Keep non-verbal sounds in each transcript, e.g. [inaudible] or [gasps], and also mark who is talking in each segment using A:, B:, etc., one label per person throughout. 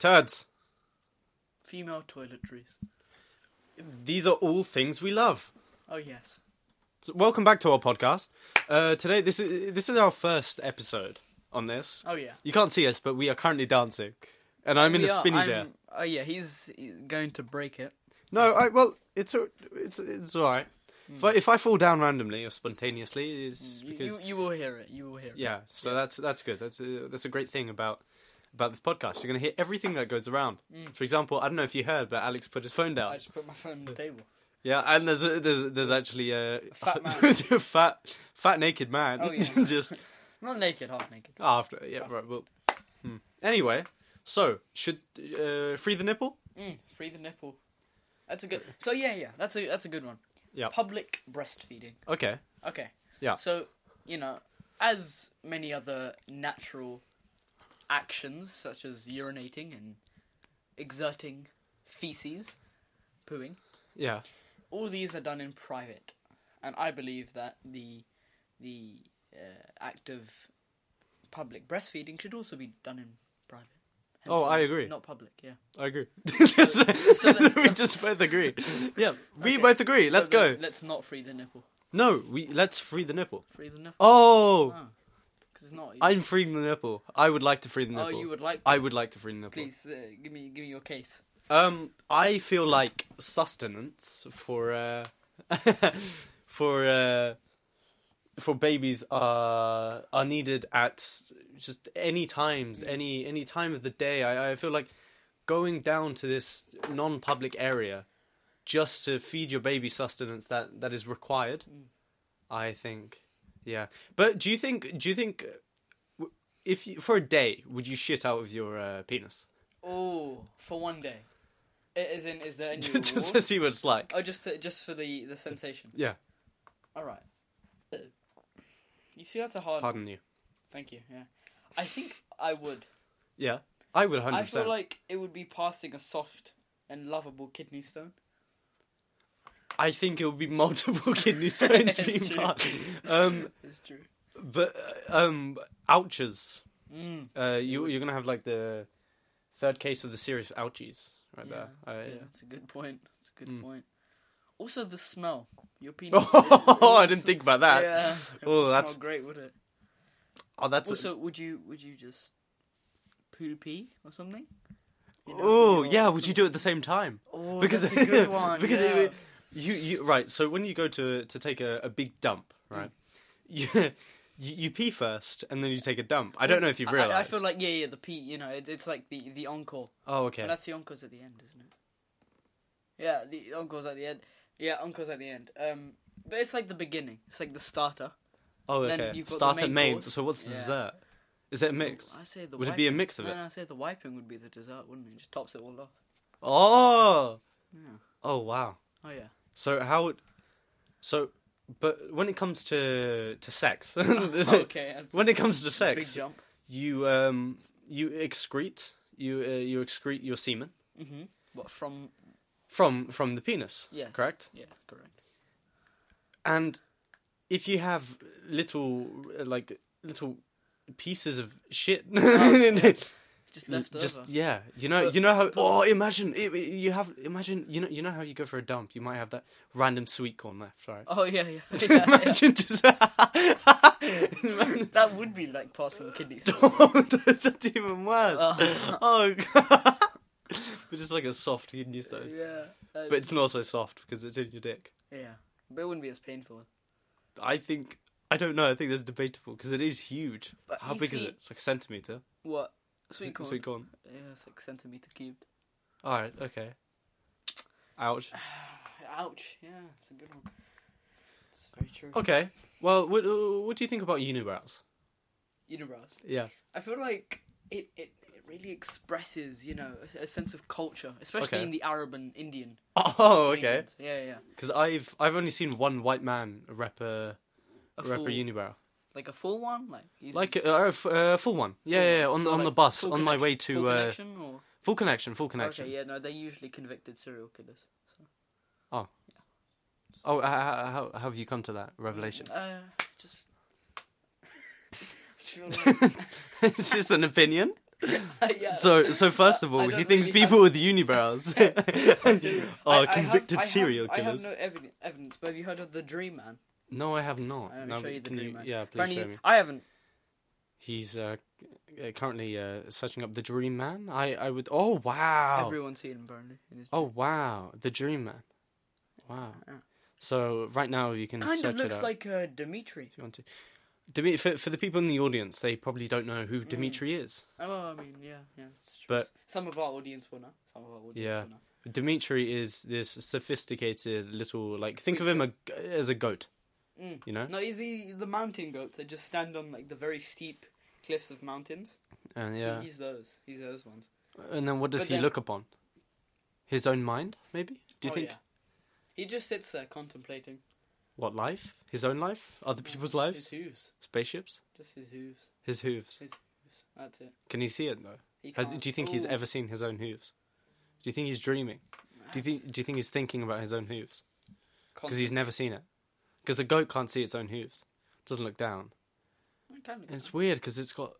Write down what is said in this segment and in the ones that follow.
A: Turds.
B: Female toiletries.
A: These are all things we love.
B: Oh yes.
A: So welcome back to our podcast. Uh, today, this is this is our first episode on this.
B: Oh yeah.
A: You can't see us, but we are currently dancing, and I'm in
B: We
A: a
B: are-
A: spinny
B: I'm-
A: chair.
B: Oh yeah, he's he's going to break it.
A: No, I, well, it's a- it's it's all right. If, I, if I fall down randomly or spontaneously, it's just
B: Mm, You,
A: because
B: you, you will hear it. You will hear it.
A: yeah. So that's that's good. That's a, that's a great thing about about this podcast. You're gonna hear everything that goes around.
B: Mm.
A: For example, I don't know if you heard, but Alex put his phone down.
B: I just put my phone on the table.
A: Yeah, and there's a, there's there's actually a, [laughs]
B: fat man.
A: a fat fat naked man
B: Oh,
A: [laughs]
B: yeah.
A: just
B: Not naked, half naked.
A: after yeah right well hmm. anyway so should uh, free the nipple
B: Mm, free the nipple. That's a good. So yeah, yeah. That's a that's a good one.
A: Yeah.
B: Public breastfeeding.
A: okay
B: Okay.
A: Yeah.
B: So you know, as many other natural actions such as urinating and exerting feces, pooing,
A: yeah
B: all these are done in private, and I believe that the the uh, act of public breastfeeding should also be done in private. Hence
A: Oh,
B: why
A: I agree.
B: Not public, yeah.
A: I
B: [laughs]
A: agree [laughs] so,
B: let's-
A: we just both agree yeah we
B: Okay.
A: both agree
B: So
A: let's
B: then
A: go
B: Let's not free the nipple.
A: no we let's free the nipple
B: Free the nipple.
A: oh
B: Oh. 'Cause it's not.
A: I'm freeing the nipple I would like to free the nipple
B: oh, you would like. To,
A: I would like to free the nipple
B: please uh, give me give me your case.
A: Um, I feel like sustenance for uh, [laughs] for uh, for babies are are needed at just any times, any any time of the day. I, I feel like going down to this non-public area just to feed your baby sustenance that that is required. I think, yeah. But do you think do you think uh, w- if you, for a day would you shit out of your uh, penis [laughs]
B: Oh, for one day. I- As in,
A: [laughs]
B: is there any reward?
A: just to see what it's like?
B: Oh, just to, just for the the sensation.
A: Yeah.
B: All right. You see, that's a hard.
A: Pardon you.
B: Thank you. Yeah, I think I would.
A: Yeah, I would 100%.
B: I feel like it would be passing a soft and lovable kidney stone.
A: I think it would be [laughs] multiple
B: [laughs]
A: kidney stones
B: It's
A: being
B: true.
A: part. Um,
B: [laughs] It's true.
A: but um, ouches.
B: Mm.
A: Uh, you you're gonna have like the third case of the serious ouchies right Mm.
B: yeah,
A: there.
B: That's,
A: I-
B: good. that's a good point. That's a good point. Also, the smell.
A: [laughs]
B: Your penis.
A: [laughs] Oh,
B: [laughs]
A: I didn't think about that.
B: Yeah. It
A: [laughs] Oh,
B: wouldn't
A: that's
B: smell great, would it?
A: oh, that's
B: Also, would you would you just poo pee or something? You know,
A: oh
B: your-
A: yeah. Would you do it at the same time? [laughs]
B: Oh, that's a good one.
A: because
B: yeah.
A: it, you you right. So when you go to to take a, a big dump, right?
B: Mm.
A: [laughs] You, you you pee first and then you take a dump. I don't know if you've
B: I-
A: realized.
B: I, I feel like yeah, yeah. The pee, you know, it, it's like the the encore.
A: oh
B: Well,
A: okay.
B: that's the encore's at the end, isn't it? Yeah, the encore's at the end. Yeah, encore's at the end. Um, but it's like the beginning. It's like the starter.
A: Oh,
B: Then
A: okay.
B: you've got the
A: Start
B: main
A: and main.
B: course.
A: So what's the
B: Yeah.
A: dessert? Is it a mix?
B: I say the
A: Would
B: wiping.
A: it be a mix of
B: no,
A: it?
B: No, I say the wiping would be the dessert, wouldn't it? It just tops it all off.
A: Oh.
B: Yeah.
A: Oh wow.
B: Oh yeah.
A: So how? would- So, but when it comes to to
B: [laughs]
A: sex, [laughs] [laughs] is it-
B: Oh, okay. That's
A: when it comes to
B: a big
A: sex,
B: jump.
A: you um you excrete you uh, you excrete your semen
B: Mm-hmm. What from?
A: from from the penis.
B: Yes.
A: Correct.
B: Yeah, correct.
A: And if you have little uh, like little pieces of shit
B: Oh, yeah.
A: [laughs]
B: Just
A: L-
B: left
A: just
B: over.
A: yeah you know
B: But-
A: you know how oh imagine it, it- you have imagine you know you know how you go for a dump you might have that random sweet corn left [laughs] right
B: Oh yeah, [laughs] yeah. yeah, yeah.
A: imagine just [laughs] Imagine-
B: that would be like passing kidney
A: [laughs]
B: stone.
A: oh, that's even worse
B: Oh.
A: oh [laughs] god but it's like a soft kidney stone
B: yeah.
A: but it's not so soft because it's in your dick
B: yeah. But it wouldn't be as painful.
A: I think I don't know I think that's debatable because it is huge
B: But
A: how
B: you
A: big is
B: see-
A: it it's like a centimeter
B: What? Sweet corn.
A: sweet corn
B: Yeah, it's like centimeter cubed.
A: all right okay ouch
B: Ouch. Yeah, it's a good one. It's very true. Oh,
A: okay well what, what do you think about unibrows
B: Unibrows.
A: yeah
B: I feel like it, it, it really expresses, you know, a, a sense of culture, especially
A: Okay.
B: in the Arab and Indian.
A: Oh, okay.
B: regions. Yeah, yeah.
A: Because I've I've only seen one white man rep a,
B: A
A: rep a
B: full-
A: unibrow,
B: like a full one, like he's-
A: like uh, a, a f- a full one. Yeah,
B: full
A: yeah, yeah,
B: one.
A: on
B: So,
A: on the
B: like,
A: bus
B: full
A: on my way
B: connection-
A: to
B: full
A: uh, full
B: connection or
A: connection, full connection.
B: okay, yeah, no, they're usually convicted serial killers.
A: Oh, h- h- how, how have you come to that revelation?
B: Uh,
A: [laughs]
B: just. [laughs] I just feel like-
A: Is this an opinion?
B: yeah.
A: So, so first of
B: I
A: all, he
B: don't
A: thinks
B: really
A: people
B: have-
A: with
B: [laughs]
A: unibrows
B: I-
A: [laughs]
B: I
A: are
B: have-
A: convicted
B: I have-
A: serial
B: I have
A: killers.
B: no evidence, evidence, but have you heard of the Dream Man?
A: No, I have not.
B: I'm
A: No,
B: show you the
A: can
B: Dream
A: you-
B: Man.
A: yeah, please
B: Apparently,
A: show me.
B: I haven't.
A: He's uh, c- uh, currently uh, searching up the Dream Man. I, I would. Oh wow!
B: Everyone's seen him, Burnley. In his
A: Oh wow! The Dream Man. Wow.
B: Yeah.
A: So right now you can
B: kind
A: search
B: of
A: it
B: looks
A: out
B: like uh, Dimitri.
A: if you want to. Dimi- for, for the people in the audience, they probably don't know who Dimitri is.
B: Oh, I mean, yeah, yeah. It's true.
A: But-
B: some of our audience will know. Some of our audience
A: Yeah.
B: will know.
A: Dimitri is this sophisticated little like think of
B: Creature.
A: him a, as a goat.
B: Mm.
A: You know,
B: No, is he the mountain goats? They just stand on like the very steep cliffs of mountains.
A: and yeah,
B: He's those. He's those ones.
A: and then what does
B: but
A: he
B: then-
A: look upon? His own mind, maybe. Do you
B: Oh,
A: think
B: yeah. He just sits there contemplating
A: what life? His own life, other people's
B: his
A: lives,
B: hooves.
A: spaceships,
B: Just his hooves.
A: his hooves.
B: His hooves. That's it.
A: Can he see it though?
B: He
A: Has,
B: can't- Oh,
A: do you think he's
B: Ooh,
A: ever seen his own hooves? Do you think he's dreaming? Do you think? Do you think he's thinking about his own hooves? Because he's
B: constant-
A: never seen it. Because the goat can't see its own hooves. It doesn't look down.
B: I can't look
A: And it's
B: down.
A: weird because it's got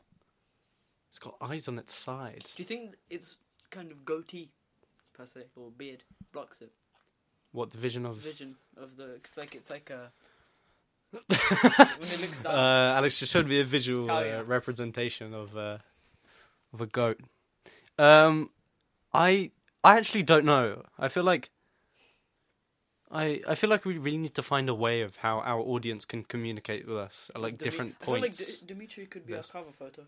A: it's got eyes on its side.
B: Do you think it's kind of goatee, per se, or beard blocks it?
A: What the vision of?
B: Vision of the. It's like it's like a.
A: uh,
B: When
A: [laughs]
B: it looks down.
A: Alex just showed me a visual
B: Oh, yeah.
A: uh, representation of uh, of a goat. Um, I I actually don't know. I feel like. I, I feel like we really need to find a way of how our audience can communicate with us at like
B: Dimi-
A: different
B: I feel
A: points.
B: Like D- Dimitri could be
A: Yes.
B: our cover photo.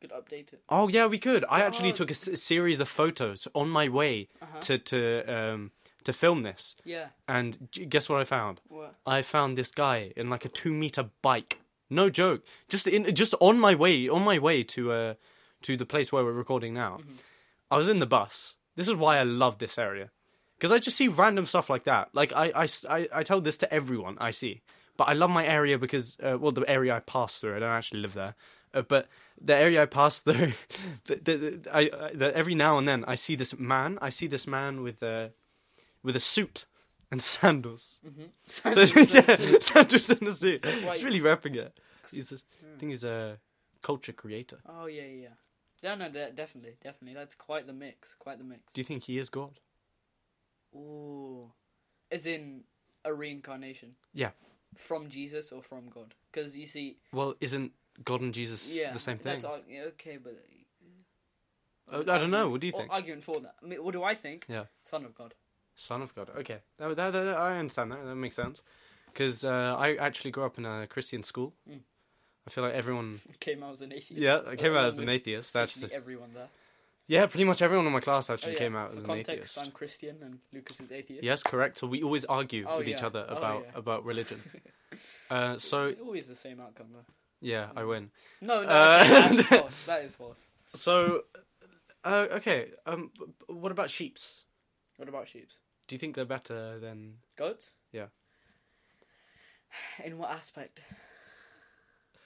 B: Could update it.
A: Oh yeah, we could. I actually
B: God.
A: took a, s- a series of photos on my way
B: Uh-huh.
A: to to um to film this,
B: Yeah.
A: and g- guess what I found? [laughs]
B: What?
A: I found this guy in like a two meter bike. No joke. Just in just on my way on my way to uh to the place where we're recording now. I was in the bus. This is why I love this area because I just see random stuff like that. Like I I s- I, I tell this to everyone I see, but I love my area because uh, well the area I pass through. I don't actually live there, uh, but the area I pass through. [laughs] the, the, the, I, I the, every now and then I see this man. I see this man with a with a suit and [laughs] sandals.
B: [laughs]
A: So it's yeah, sandals and a suit.
B: white.
A: He's really rapping it. He's a,
B: hmm.
A: I think he's a culture creator.
B: Oh yeah, yeah. yeah. No, no, de- definitely, definitely. That's quite the mix. Quite the mix.
A: Do you think he is God?
B: Ooh, as in a reincarnation.
A: Yeah.
B: From Jesus or from God? Because you see,
A: Well, isn't God and Jesus
B: yeah,
A: the same thing?
B: That's ar- yeah, okay, but
A: Uh, I don't know. What do you
B: or
A: think?
B: Arguing for that. I mean, what do I think?
A: Yeah.
B: Son of God. [laughs]
A: Son of God. Okay, that, that, that- I understand that. That makes sense. Because uh, I actually grew up in a Christian school.
B: Mm.
A: I feel like
B: [laughs]
A: everyone.
B: Came out as an atheist.
A: Yeah, I came out
B: along
A: as an
B: with
A: atheist. That's
B: literally everyone there.
A: yeah, pretty much everyone in my class
B: Oh,
A: actually
B: yeah.
A: came out
B: For
A: as an
B: context,
A: atheist.
B: I'm Christian and Lucas is atheist.
A: Yes, correct. So we always argue
B: Oh,
A: with each
B: yeah.
A: other
B: Oh,
A: about
B: yeah.
A: about religion.
B: [laughs]
A: uh, so
B: Always the same outcome though.
A: yeah, I win.
B: No, no,
A: Uh, [laughs]
B: okay, that is false. That is false.
A: So, uh, okay. Um, b- b- what about sheeps?
B: What about sheep?
A: Do you think they're better than?
B: Goats?
A: Yeah.
B: [sighs] In what aspect?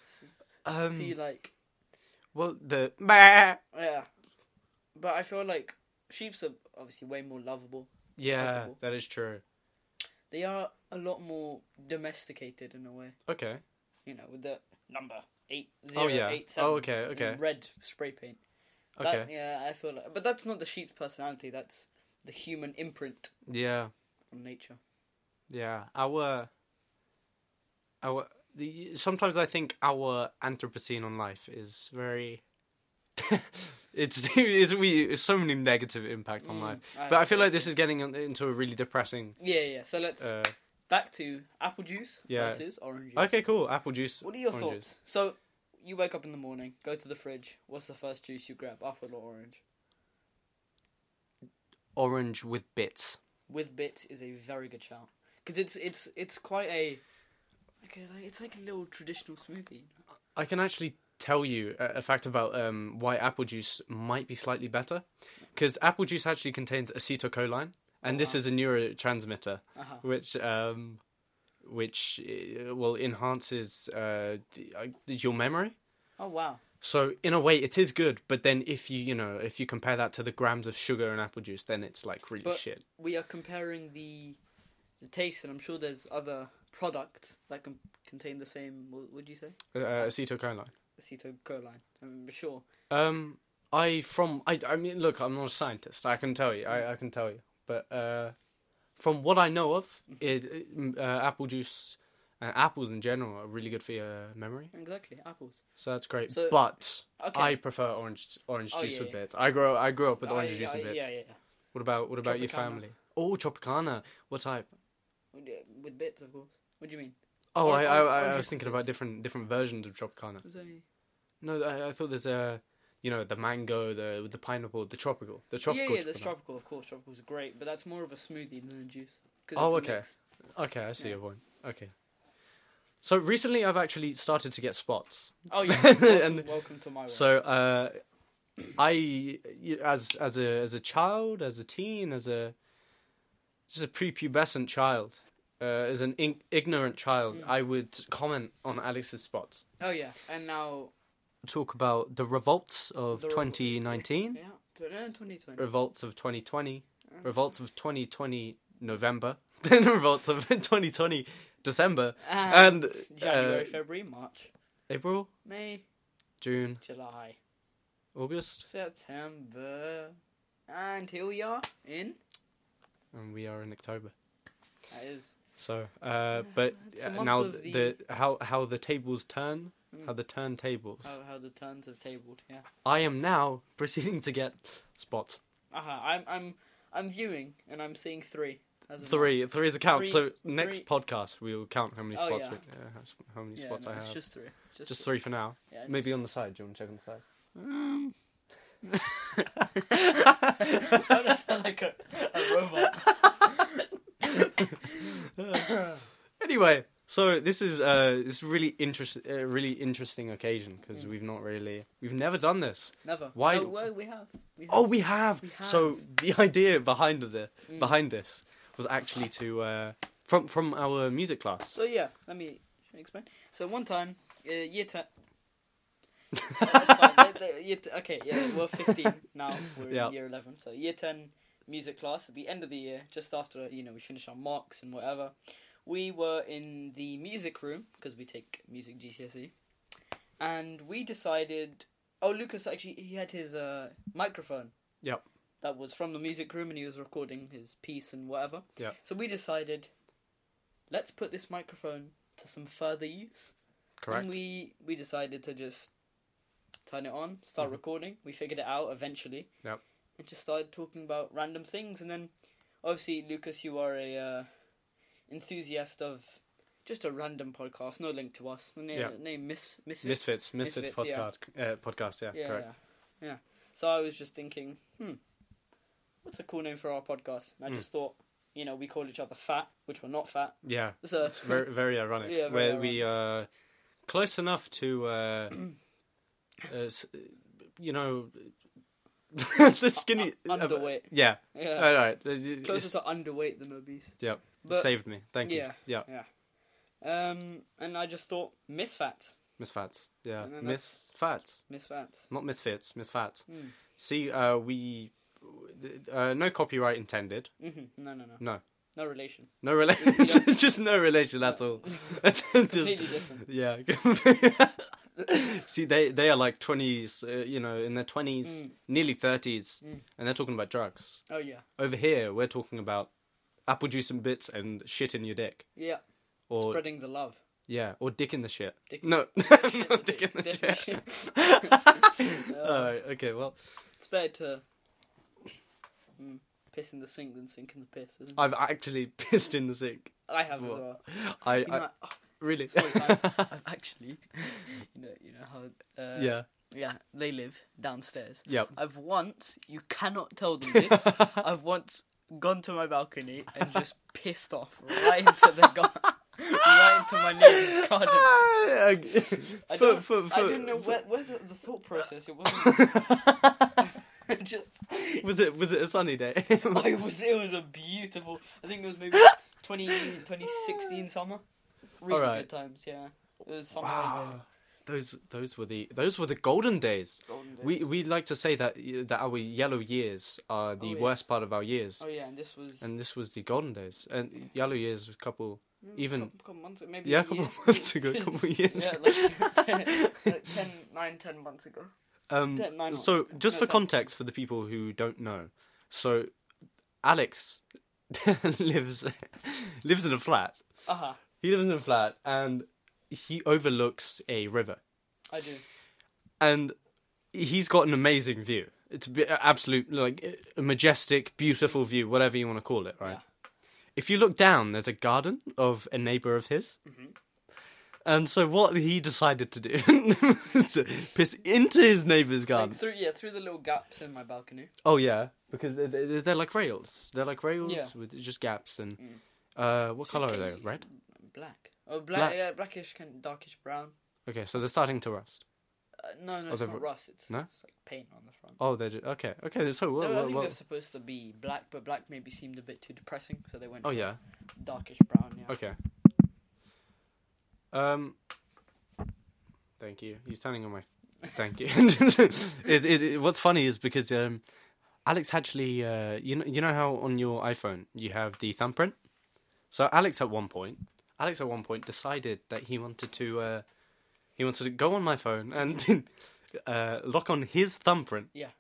B: S- s-
A: Um,
B: See, like,
A: well, the yeah,
B: yeah. But I feel like sheep's are obviously way more lovable. Likable.
A: that is true.
B: They are a lot more domesticated in a way.
A: Okay.
B: You know, with the number eight
A: Oh
B: zero eight seven.
A: yeah. oh okay.
B: in
A: Okay.
B: Red spray paint. That-
A: Okay.
B: yeah, I feel like, but that's not the sheep's personality. That's the human imprint
A: Yeah.
B: on nature.
A: Yeah. Our. Our. The, sometimes I think our Anthropocene on life is very. [laughs] it's, it's we it's so many negative impacts on
B: Mm,
A: life,
B: I
A: but I feel
B: agree.
A: like this is getting in- into a really depressing.
B: Yeah, yeah. So let's
A: Uh,
B: back to apple juice
A: Yeah.
B: versus orange juice.
A: okay, cool. Apple juice.
B: What are your
A: oranges.
B: thoughts? So, you wake up in the morning, go to the fridge. What's the first juice you grab? Apple or orange?
A: Orange with bits.
B: With bits is a very good shout because it's it's it's quite a okay. Like, it's like a little traditional smoothie.
A: I can actually tell you a, a fact about um, why apple juice might be slightly better, because apple juice actually contains acetylcholine, and
B: Oh,
A: this
B: wow.
A: is a neurotransmitter
B: Uh huh.
A: which um, which uh, well enhances uh, d- uh, your memory.
B: Oh wow.
A: So in a way, it is good, but then if you you know if you compare that to the grams of sugar in apple juice, then it's like really
B: But-
A: shit.
B: We are comparing the the taste, and I'm sure there's other products that can contain the same. What would you say?
A: Uh, acetylcholine.
B: Acetylcholine. I'm sure.
A: Um, I from I, I mean look, I'm not a scientist. I can tell you. I, I can tell you. But uh, from what I know of,
B: Mm-hmm.
A: it, it, uh, apple juice and apples in general are really good for your memory.
B: Exactly, apples.
A: So that's great.
B: So-
A: but
B: Okay.
A: I prefer orange orange
B: Oh,
A: juice
B: yeah,
A: with
B: yeah.
A: bits. I grow I grew up with
B: I-
A: orange juice
B: I-
A: and bits.
B: Yeah, yeah, yeah.
A: What about what about your
B: Tropicana.
A: family? Oh, Tropicana. What type?
B: With- uh, With bits, of course. What do you mean?
A: Oh,
B: Or-
A: I, I,
B: or-
A: I, I
B: orange
A: was
B: juice
A: thinking
B: with
A: about different different versions of Tropicana.
B: There's only
A: No, I, I thought there's a, you know, the mango, the the pineapple, the tropical, the
B: yeah,
A: tropical.
B: yeah, there's
A: Tropicana.
B: tropical, of course. Tropical's great, but that's more of a smoothie than a juice. 'cause
A: Oh,
B: it's a
A: okay.
B: mix.
A: Okay, I see
B: Yeah.
A: your point. Okay. So recently, I've actually started to get spots.
B: Oh,
A: [laughs]
B: yeah. Welcome,
A: And-
B: welcome to my world.
A: So, uh, I y- as as a as a child, as a teen, as a just a prepubescent child, uh, as an in- ignorant child,
B: Mm.
A: I would comment on Alex's spots,
B: oh, yeah. And now,
A: talk about the revolts of
B: The revol-
A: 2019,
B: [laughs] yeah, Uh-huh. tw- no, Uh, 2020.
A: revolts of 2020, revolts of 2020 November, [laughs] then revolts of [laughs] 2020 December, and,
B: January,
A: uh,
B: February, March,
A: April,
B: May,
A: June,
B: July,
A: August,
B: September, and here we are in.
A: and we are in October.
B: That is
A: So, uh, but
B: It's a
A: uh,
B: month
A: now
B: of Mm.
A: the, how how the tables turn, how the turntables.
B: how, how the turns have tabled. Yeah.
A: I am now proceeding to get spot
B: Uh-huh. I'm I'm I'm viewing and I'm seeing three. As of now.
A: three. Three is a count.
B: Three-
A: so next
B: three-
A: podcast we will count how many
B: Oh,
A: spots
B: yeah.
A: we, uh, how s- how many
B: Yeah,
A: spots
B: no,
A: I
B: it's
A: have. Just,
B: just three. Just,
A: three for now.
B: Yeah, just-
A: Maybe on the side. Do you want to check on the side?
B: Um.
A: [laughs]
B: [laughs] that sound like a, a robot.
A: [laughs] Anyway, so this is uh this really interest uh, really interesting occasion because
B: Mm.
A: we've not really we've never done this.
B: Never.
A: Why-
B: No, well, we have. We have.
A: Oh, we have.
B: We have. Mm.
A: So the [laughs] idea behind of the behind this was actually to uh, from from our music class.
B: [laughs] So yeah, let me should I explain. So one time, uh, year ten.
A: [laughs]
B: okay, yeah, we're fifteen now. We're
A: Yeah.
B: in year eleven, so year ten music class at the end of the year, just after you know we finish our marks and whatever. We were in the music room because we take music GCSE, E, and we decided. Oh, Lucas actually he had his uh, microphone.
A: Yep.
B: That was from the music room, and he was recording his piece and whatever.
A: Yeah.
B: So we decided, let's put this microphone to some further use.
A: Correct.
B: And we we decided to just turn it on, start recording. We figured it out eventually.
A: Mm-hmm. Yep.
B: And just started talking about random things, and then obviously Lucas, you are a uh, enthusiast of just a random podcast, no link to us. The name,
A: Yeah.
B: name Miss Misfits.
A: Misfits, Misfits,
B: Misfits, yeah.
A: podcast, uh, podcast. Yeah,
B: yeah,
A: correct.
B: yeah, yeah. So I was just thinking, hmm, what's a cool name for our podcast? And I
A: Hmm.
B: just thought, you know, we call each other fat, which we're not fat.
A: Yeah,
B: So
A: it's very very ironic.
B: Uh, [laughs] Yeah, very
A: where we are close enough to,
B: [clears throat]
A: uh, uh, s- you know, [laughs] the skinny
B: Un- underweight.
A: Yeah.
B: yeah,
A: All right.
B: closer to underweight than obese.
A: yeah.
B: but-
A: Saved me. Thank you.
B: yeah.
A: Yeah.
B: Um, and I just thought misfats,
A: Misfats. Yeah.
B: And then
A: Miss Fats.
B: misfats.
A: Not misfits. Misfats.
B: Mm.
A: See, uh, we uh, no copyright intended.
B: hmm No, no, no,
A: No,
B: no relation.
A: no relation. [laughs] just no relation at all. [laughs] just,
B: Completely different.
A: yeah. [laughs] See, they they are like twenties. Uh, you know, in their twenties, nearly thirties, and they're talking about drugs.
B: Oh yeah,
A: Over here, we're talking about apple juice and bits and shit in your dick, [laughs]
B: yeah.
A: or
B: Spreading the love.
A: yeah, or dick in the shit.
B: Dick-
A: no, [laughs] no, [laughs] dick in the Uh. shit. [laughs]
B: Definition. Uh,
A: Alright, okay, well,
B: It's better to mm, piss in the sink than sink in the piss, isn't it?
A: I've actually [laughs] pissed in the sink.
B: I have as
A: What?
B: well.
A: I,
B: You know,
A: I [laughs]
B: like, oh,
A: really,
B: sorry,
A: [laughs]
B: I've, I've actually, [laughs] you know, you know how. Uh,
A: yeah,
B: Yeah, they live downstairs.
A: Yep.
B: I've once, you cannot
A: [laughs]
B: tell them this, I've once gone to my balcony [laughs] and just pissed off right into the garden, right into my neighbour's garden.
A: Ah, I
B: [laughs] I
A: for,
B: don't,
A: for,
B: I
A: for-
B: don't know where, whether the thought process, it wasn't. [laughs] just.
A: [laughs] Was it was it a sunny day? [laughs]
B: I was, it was a beautiful, I think it was maybe 20, 2016 summer. Really
A: Alright.
B: good times, yeah. It was summer.
A: wow, those those were the those were the golden days.
B: Golden days.
A: We we like to say that that our yellow years are the
B: Oh, yeah.
A: worst part of our years,
B: Oh, yeah, and this was.
A: and this was the golden days. And yellow years was a couple, even
B: Hmm, couple, couple months ago, maybe
A: yeah,
B: a
A: a couple [laughs]
B: year. [laughs]
A: months ago, a couple years. [laughs]
B: yeah, like, ten, like 10, 9, 10 months ago.
A: Um,
B: Don't mind
A: so,
B: what-
A: just
B: no,
A: for
B: don't-
A: context for the people who don't know, so Alex [laughs] lives lives in a flat.
B: Uh huh.
A: He lives in a flat, and he overlooks a river,
B: I do.
A: and he's got an amazing view. It's a bit- a absolute like a majestic, beautiful view, whatever you want to call it, right? If you look down, there's a garden of a neighbor of his.
B: Mm-hmm.
A: And so, what he decided to do [laughs] was to piss into his neighbor's garden.
B: Like through yeah, through the little gaps in my balcony.
A: Oh yeah, because they're, they're, they're like rails. They're like rails
B: Yeah. Mm.
A: with just gaps and. Uh, what color are they?
B: Kinky-
A: Red.
B: Black. Oh, black.
A: Black.
B: Yeah, blackish, kind of darkish brown.
A: Okay, so they're starting to rust.
B: Uh, no, no,
A: Oh,
B: it's
A: they're
B: not
A: ru-
B: rust. It's,
A: No?
B: it's like paint on the front.
A: Oh, they're just, okay. Okay, so
B: No,
A: well,
B: I
A: well,
B: think
A: well.
B: they're supposed to be black, but black maybe seemed a bit too depressing, so they went
A: Oh yeah.
B: darkish brown. Yeah.
A: Okay. Um. Thank you. He's standing on my. Thank you. [laughs] it, it, it- what's funny is because um, Alex actually, uh, you know, you know how on your iPhone you have the thumbprint. So Alex at one point, Alex at one point decided that he wanted to, uh, he wanted to go on my phone and [laughs] uh, lock on his thumbprint.
B: Yeah.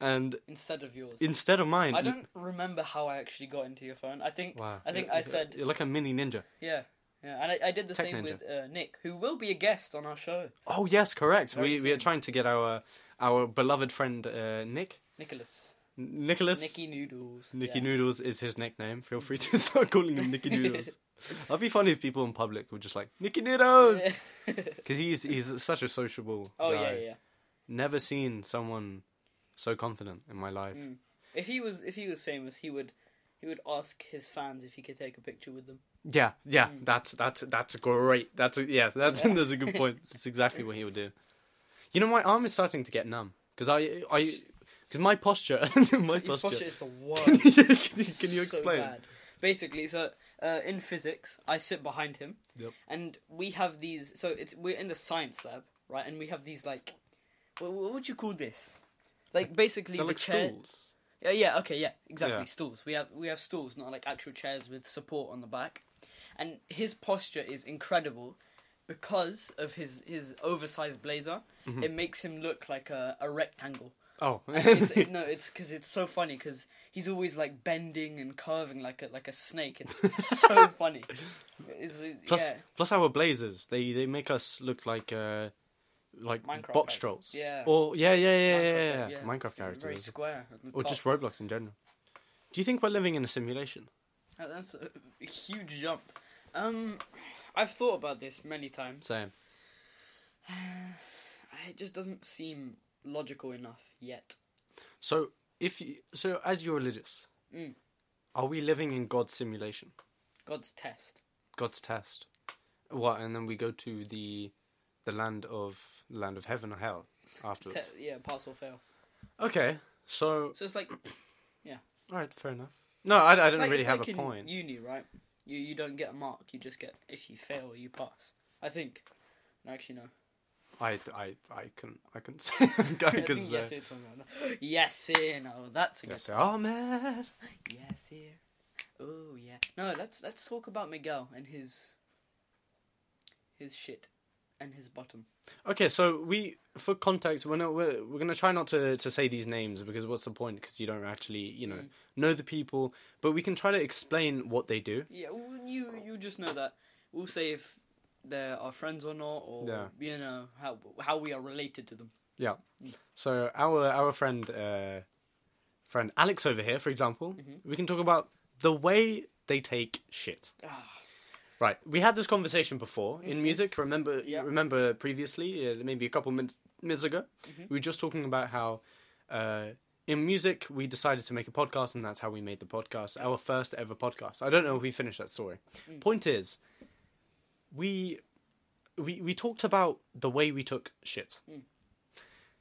A: And
B: Instead of yours.
A: instead of mine,
B: I don't remember how I actually got into your phone. I think
A: Wow.
B: I think
A: You're-
B: I said
A: you're like a mini ninja.
B: yeah. Yeah, and I, I did the
A: Tech
B: same
A: ninja.
B: with uh, Nick, who will be a guest on our show.
A: Oh yes, correct.
B: Very
A: We we are
B: soon.
A: trying to get our our beloved friend uh, Nick
B: Nicholas.
A: N- Nicholas.
B: Nicky Noodles.
A: Nicky
B: yeah.
A: Noodles is his nickname. Feel free to [laughs] start calling him Nicky
B: [laughs]
A: Noodles. That'd be funny if people in public were just like Nicky Noodles, because he's he's such a sociable.
B: [laughs] oh,
A: guy.
B: yeah, yeah.
A: Never seen someone so confident in my life.
B: Mm. If he was if he was famous, he would he would ask his fans if he could take a picture with them.
A: Yeah, yeah. That's that's that's great. That's a, yeah. That's
B: Mm. Yeah.
A: that's a good point. That's exactly what he would do. You know, my arm is starting to get numb because I I because my posture [laughs] my
B: Your
A: posture.
B: posture
A: [laughs]
B: is the worst.
A: can you, can you
B: So
A: explain?
B: bad. Basically, so uh, in physics, I sit behind him,
A: Yep.
B: and we have these. So it's we're in the science lab, right? And we have these like, what, what would you call this? Like basically
A: They're
B: the
A: like
B: chair.
A: stools.
B: Yeah, Uh, yeah, okay, yeah, exactly.
A: Yeah.
B: Stools. We have we have stools, not like actual chairs with support on the back. And his posture is incredible because of his his oversized blazer.
A: Mm-hmm.
B: It makes him look like a, a rectangle.
A: [laughs] Oh,
B: [laughs] it's, it- no, it's because it's so funny because he's always like bending and curving like a like a
A: [laughs]
B: snake. It's so funny. It's, uh,
A: [laughs] plus
B: yeah.
A: plus our blazers. They they make us look like uh like
B: Minecraft
A: box
B: characters,
A: trolls.
B: yeah.
A: Or yeah yeah yeah yeah, yeah,
B: Minecraft,
A: yeah.
B: It's
A: Minecraft
B: Very
A: characters.
B: square. at the
A: Or
B: top.
A: just Roblox in general. Do you think we're living in a simulation?
B: Uh, that's a huge jump. Um, I've thought about this many times.
A: Same.
B: It just doesn't seem logical enough yet.
A: So if you so as you're religious,
B: Mm.
A: are we living in God's simulation?
B: God's test.
A: God's test. What and then we go to the the land of land of heaven or hell
B: Te-
A: afterwards.
B: yeah, pass or fail.
A: Okay. So
B: So it's like
A: All right, fair enough. No, I, I
B: it's
A: don't
B: like-
A: really
B: it's
A: have
B: like
A: a
B: in
A: point.
B: Uni, right? You you don't get a mark. You just get if you fail, you pass. I think. No, actually, no.
A: I, I, I can, I can [laughs]
B: [laughs]
A: say, [laughs] uh, I
B: I
A: can
B: think
A: say,
B: yes,
A: yes,
B: here, something like that. [gasps] yes, here. No, that's a good.
A: oh man.
B: Yes, here. Oh yeah. No, let's let's talk about Miguel and his his shit and his bottom.
A: Okay, so we, for context, we're not, we're, we're gonna try not to, to say these names because what's the point? Because you don't actually, you
B: Mm.
A: know, know the people. But we can try to explain what they do.
B: Yeah, well, you you just know that we'll say if they're our friends or not, or
A: Yeah.
B: you know how how we are related to them.
A: Yeah. So our our friend, uh, friend Alex over here, for example,
B: Mm-hmm.
A: we can talk about the way they take shit.
B: Ah, Mm-hmm.
A: Right, we had this conversation before in music. Remember,
B: Yeah.
A: remember previously, uh, maybe a couple minutes, minutes ago,
B: Mm-hmm.
A: we were just talking about how uh, in music we decided to make a podcast, and that's how we made the podcast, our first ever podcast. I don't know if we finished that story.
B: Mm.
A: Point is, we we we talked about the way we took shit.
B: Mm.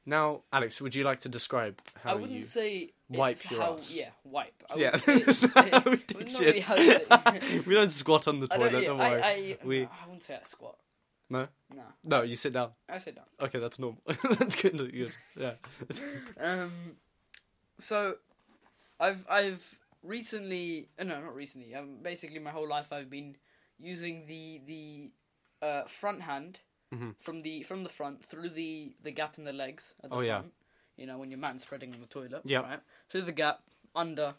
A: Now, Alex, would you like to describe how
B: I wouldn't
A: you?
B: say
A: wipe
B: it's
A: your
B: how,
A: ass.
B: Yeah, wipe. I
A: yeah,
B: wouldn't
A: [laughs]
B: say it's- [laughs]
A: how we
B: wouldn't
A: take
B: really
A: shit.
B: how to-
A: [laughs] we don't squat on the
B: [laughs] I
A: toilet.
B: don't.
A: Don't,
B: Yeah,
A: worry.
B: I, I,
A: we
B: I wouldn't say I squat.
A: no,
B: No,
A: no. You sit down.
B: I say down.
A: Okay, that's normal. [laughs] that's good. that's good. Yeah. [laughs]
B: Um, so, I've I've recently uh, no not recently um basically my whole life I've been using the the uh, front hand
A: Mhm.
B: from the from the front through the the gap in the legs at the
A: Oh, yeah.
B: front you know, when you're man spreading on the toilet.
A: Yeah.
B: Right? Through the gap, under,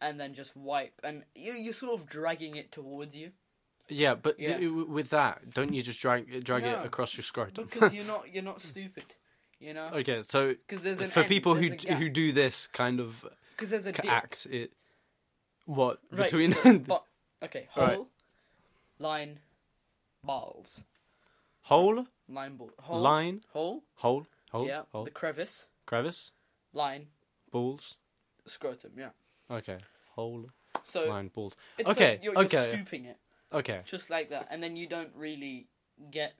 B: and then just wipe. And you, you're sort of dragging it towards you.
A: Yeah, but
B: Yeah.
A: th- with that, don't you just drag drag
B: No.
A: it across your scrotum? [laughs]
B: Because you're not, you're not stupid. You know?
A: okay, so
B: Because there's an
A: Oh, for
B: end,
A: people who
B: there's
A: d- who do this kind of
B: Because there's a
A: c-
B: dip.
A: act, it what
B: Right,
A: between [laughs]
B: so, but, okay, hole,
A: All right.
B: line, balls.
A: hole,
B: Line, ball. Hole,
A: line,
B: hole,
A: hole, hole,
B: yeah,
A: hole,
B: the crevice,
A: crevice,
B: line,
A: balls.
B: scrotum, yeah.
A: Okay, hole,
B: So
A: line, balls.
B: it's okay,
A: Okay,
B: like you're, you're
A: okay.
B: scooping it
A: Okay,
B: just like that, and then you don't really get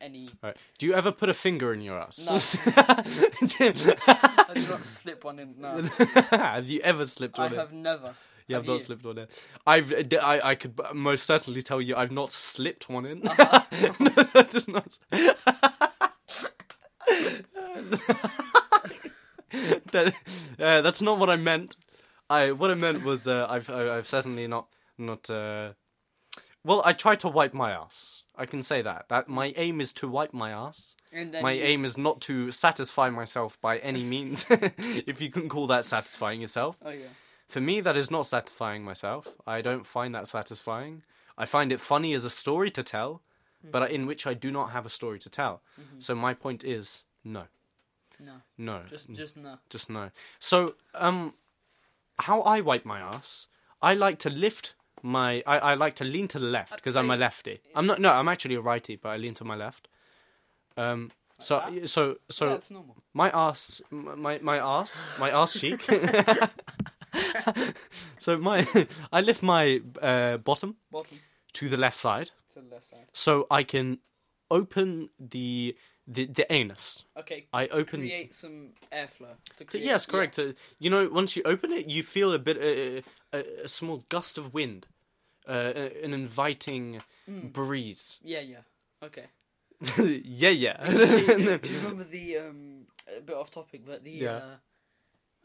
B: any.
A: all right. Do you ever put a finger in your ass?
B: No. I do not slip one in.
A: [laughs]
B: No,
A: [laughs] have you ever slipped
B: I
A: on it?
B: have never.
A: You have
B: Have
A: not
B: you?
A: slipped one in. I've, d- I, I could b- most certainly tell you I've not slipped one in.
B: Uh-huh.
A: [laughs] no, that does not. [laughs] That- uh, that's not what I meant. I what I meant was uh, I've I, I've certainly not not. Uh... Well, I try to wipe my ass. I can say that. That my aim is to wipe my ass.
B: And then
A: My
B: you-
A: aim is not to satisfy myself by any means, [laughs] if you can call that satisfying yourself.
B: Oh yeah.
A: For me, that is not satisfying myself. I don't find that satisfying. I find it funny as a story to tell,
B: Mm-hmm.
A: but in which I do not have a story to tell. So my point is no,
B: No,
A: no,
B: just just no.
A: just no. So, um, how I wipe my ass, I like to lift my, I, I like to lean to the left because I'm a
B: say
A: lefty. I'm not, no, I'm actually a righty, but I lean to my left. Um, so,
B: that?
A: so, so,
B: That's normal.
A: my ass, m- my my ass, my ass cheek.
B: [laughs]
A: [laughs] so my, [laughs] I lift my uh, bottom
B: Bottom
A: to the left side,
B: to the left side.
A: so I can open the the, the anus.
B: Okay.
A: I open.
B: Create some airflow. To
A: to-
B: create,
A: yes, correct. Uh, you know, once you open it, you feel a bit a, a, a small gust of wind, uh, a- an inviting
B: Mm.
A: breeze. [laughs]
B: Yeah, yeah. yeah. Okay.
A: yeah,
B: [laughs] do
A: [laughs] yeah.
B: you remember the um a bit off topic but the
A: Yeah.
B: uh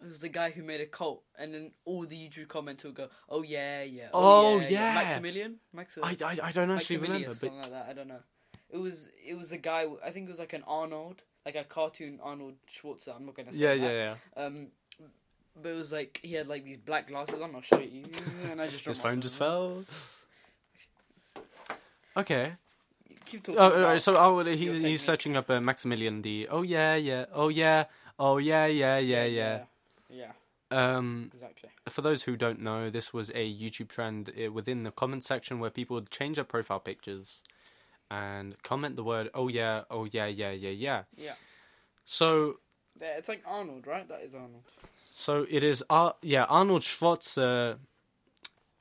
B: it was the guy who made a cult and then all the YouTube comments would go, Oh yeah, yeah.
A: Oh, yeah."
B: Maximilian? Max
A: I, I, I don't actually remember,
B: Maximilius,
A: but
B: something like that, I don't know. It was it was a guy I think it was like an Arnold, like a cartoon Arnold Schwarzenegger, I'm not gonna say
A: yeah, yeah,
B: that.
A: yeah.
B: Um but it was like he had like these black glasses on, I'll show you and I just dropped
A: [laughs] His
B: my
A: phone just fell. [laughs] Okay.
B: Keep talking
A: Oh,
B: about-
A: alright, so oh, well, he's
B: technique.
A: he's searching up uh, Maximilian the. Oh yeah, yeah. Oh yeah. Oh yeah, yeah, yeah, yeah.
B: yeah. Yeah,
A: Um,
B: exactly.
A: for those who don't know, this was a YouTube trend uh, within the comment section where people would change their profile pictures and comment the word "Oh yeah, oh yeah, yeah, yeah, yeah."
B: Yeah.
A: So,
B: Yeah, it's like Arnold, right? That is Arnold.
A: so it is. Ar- yeah, Arnold Schwartz, uh,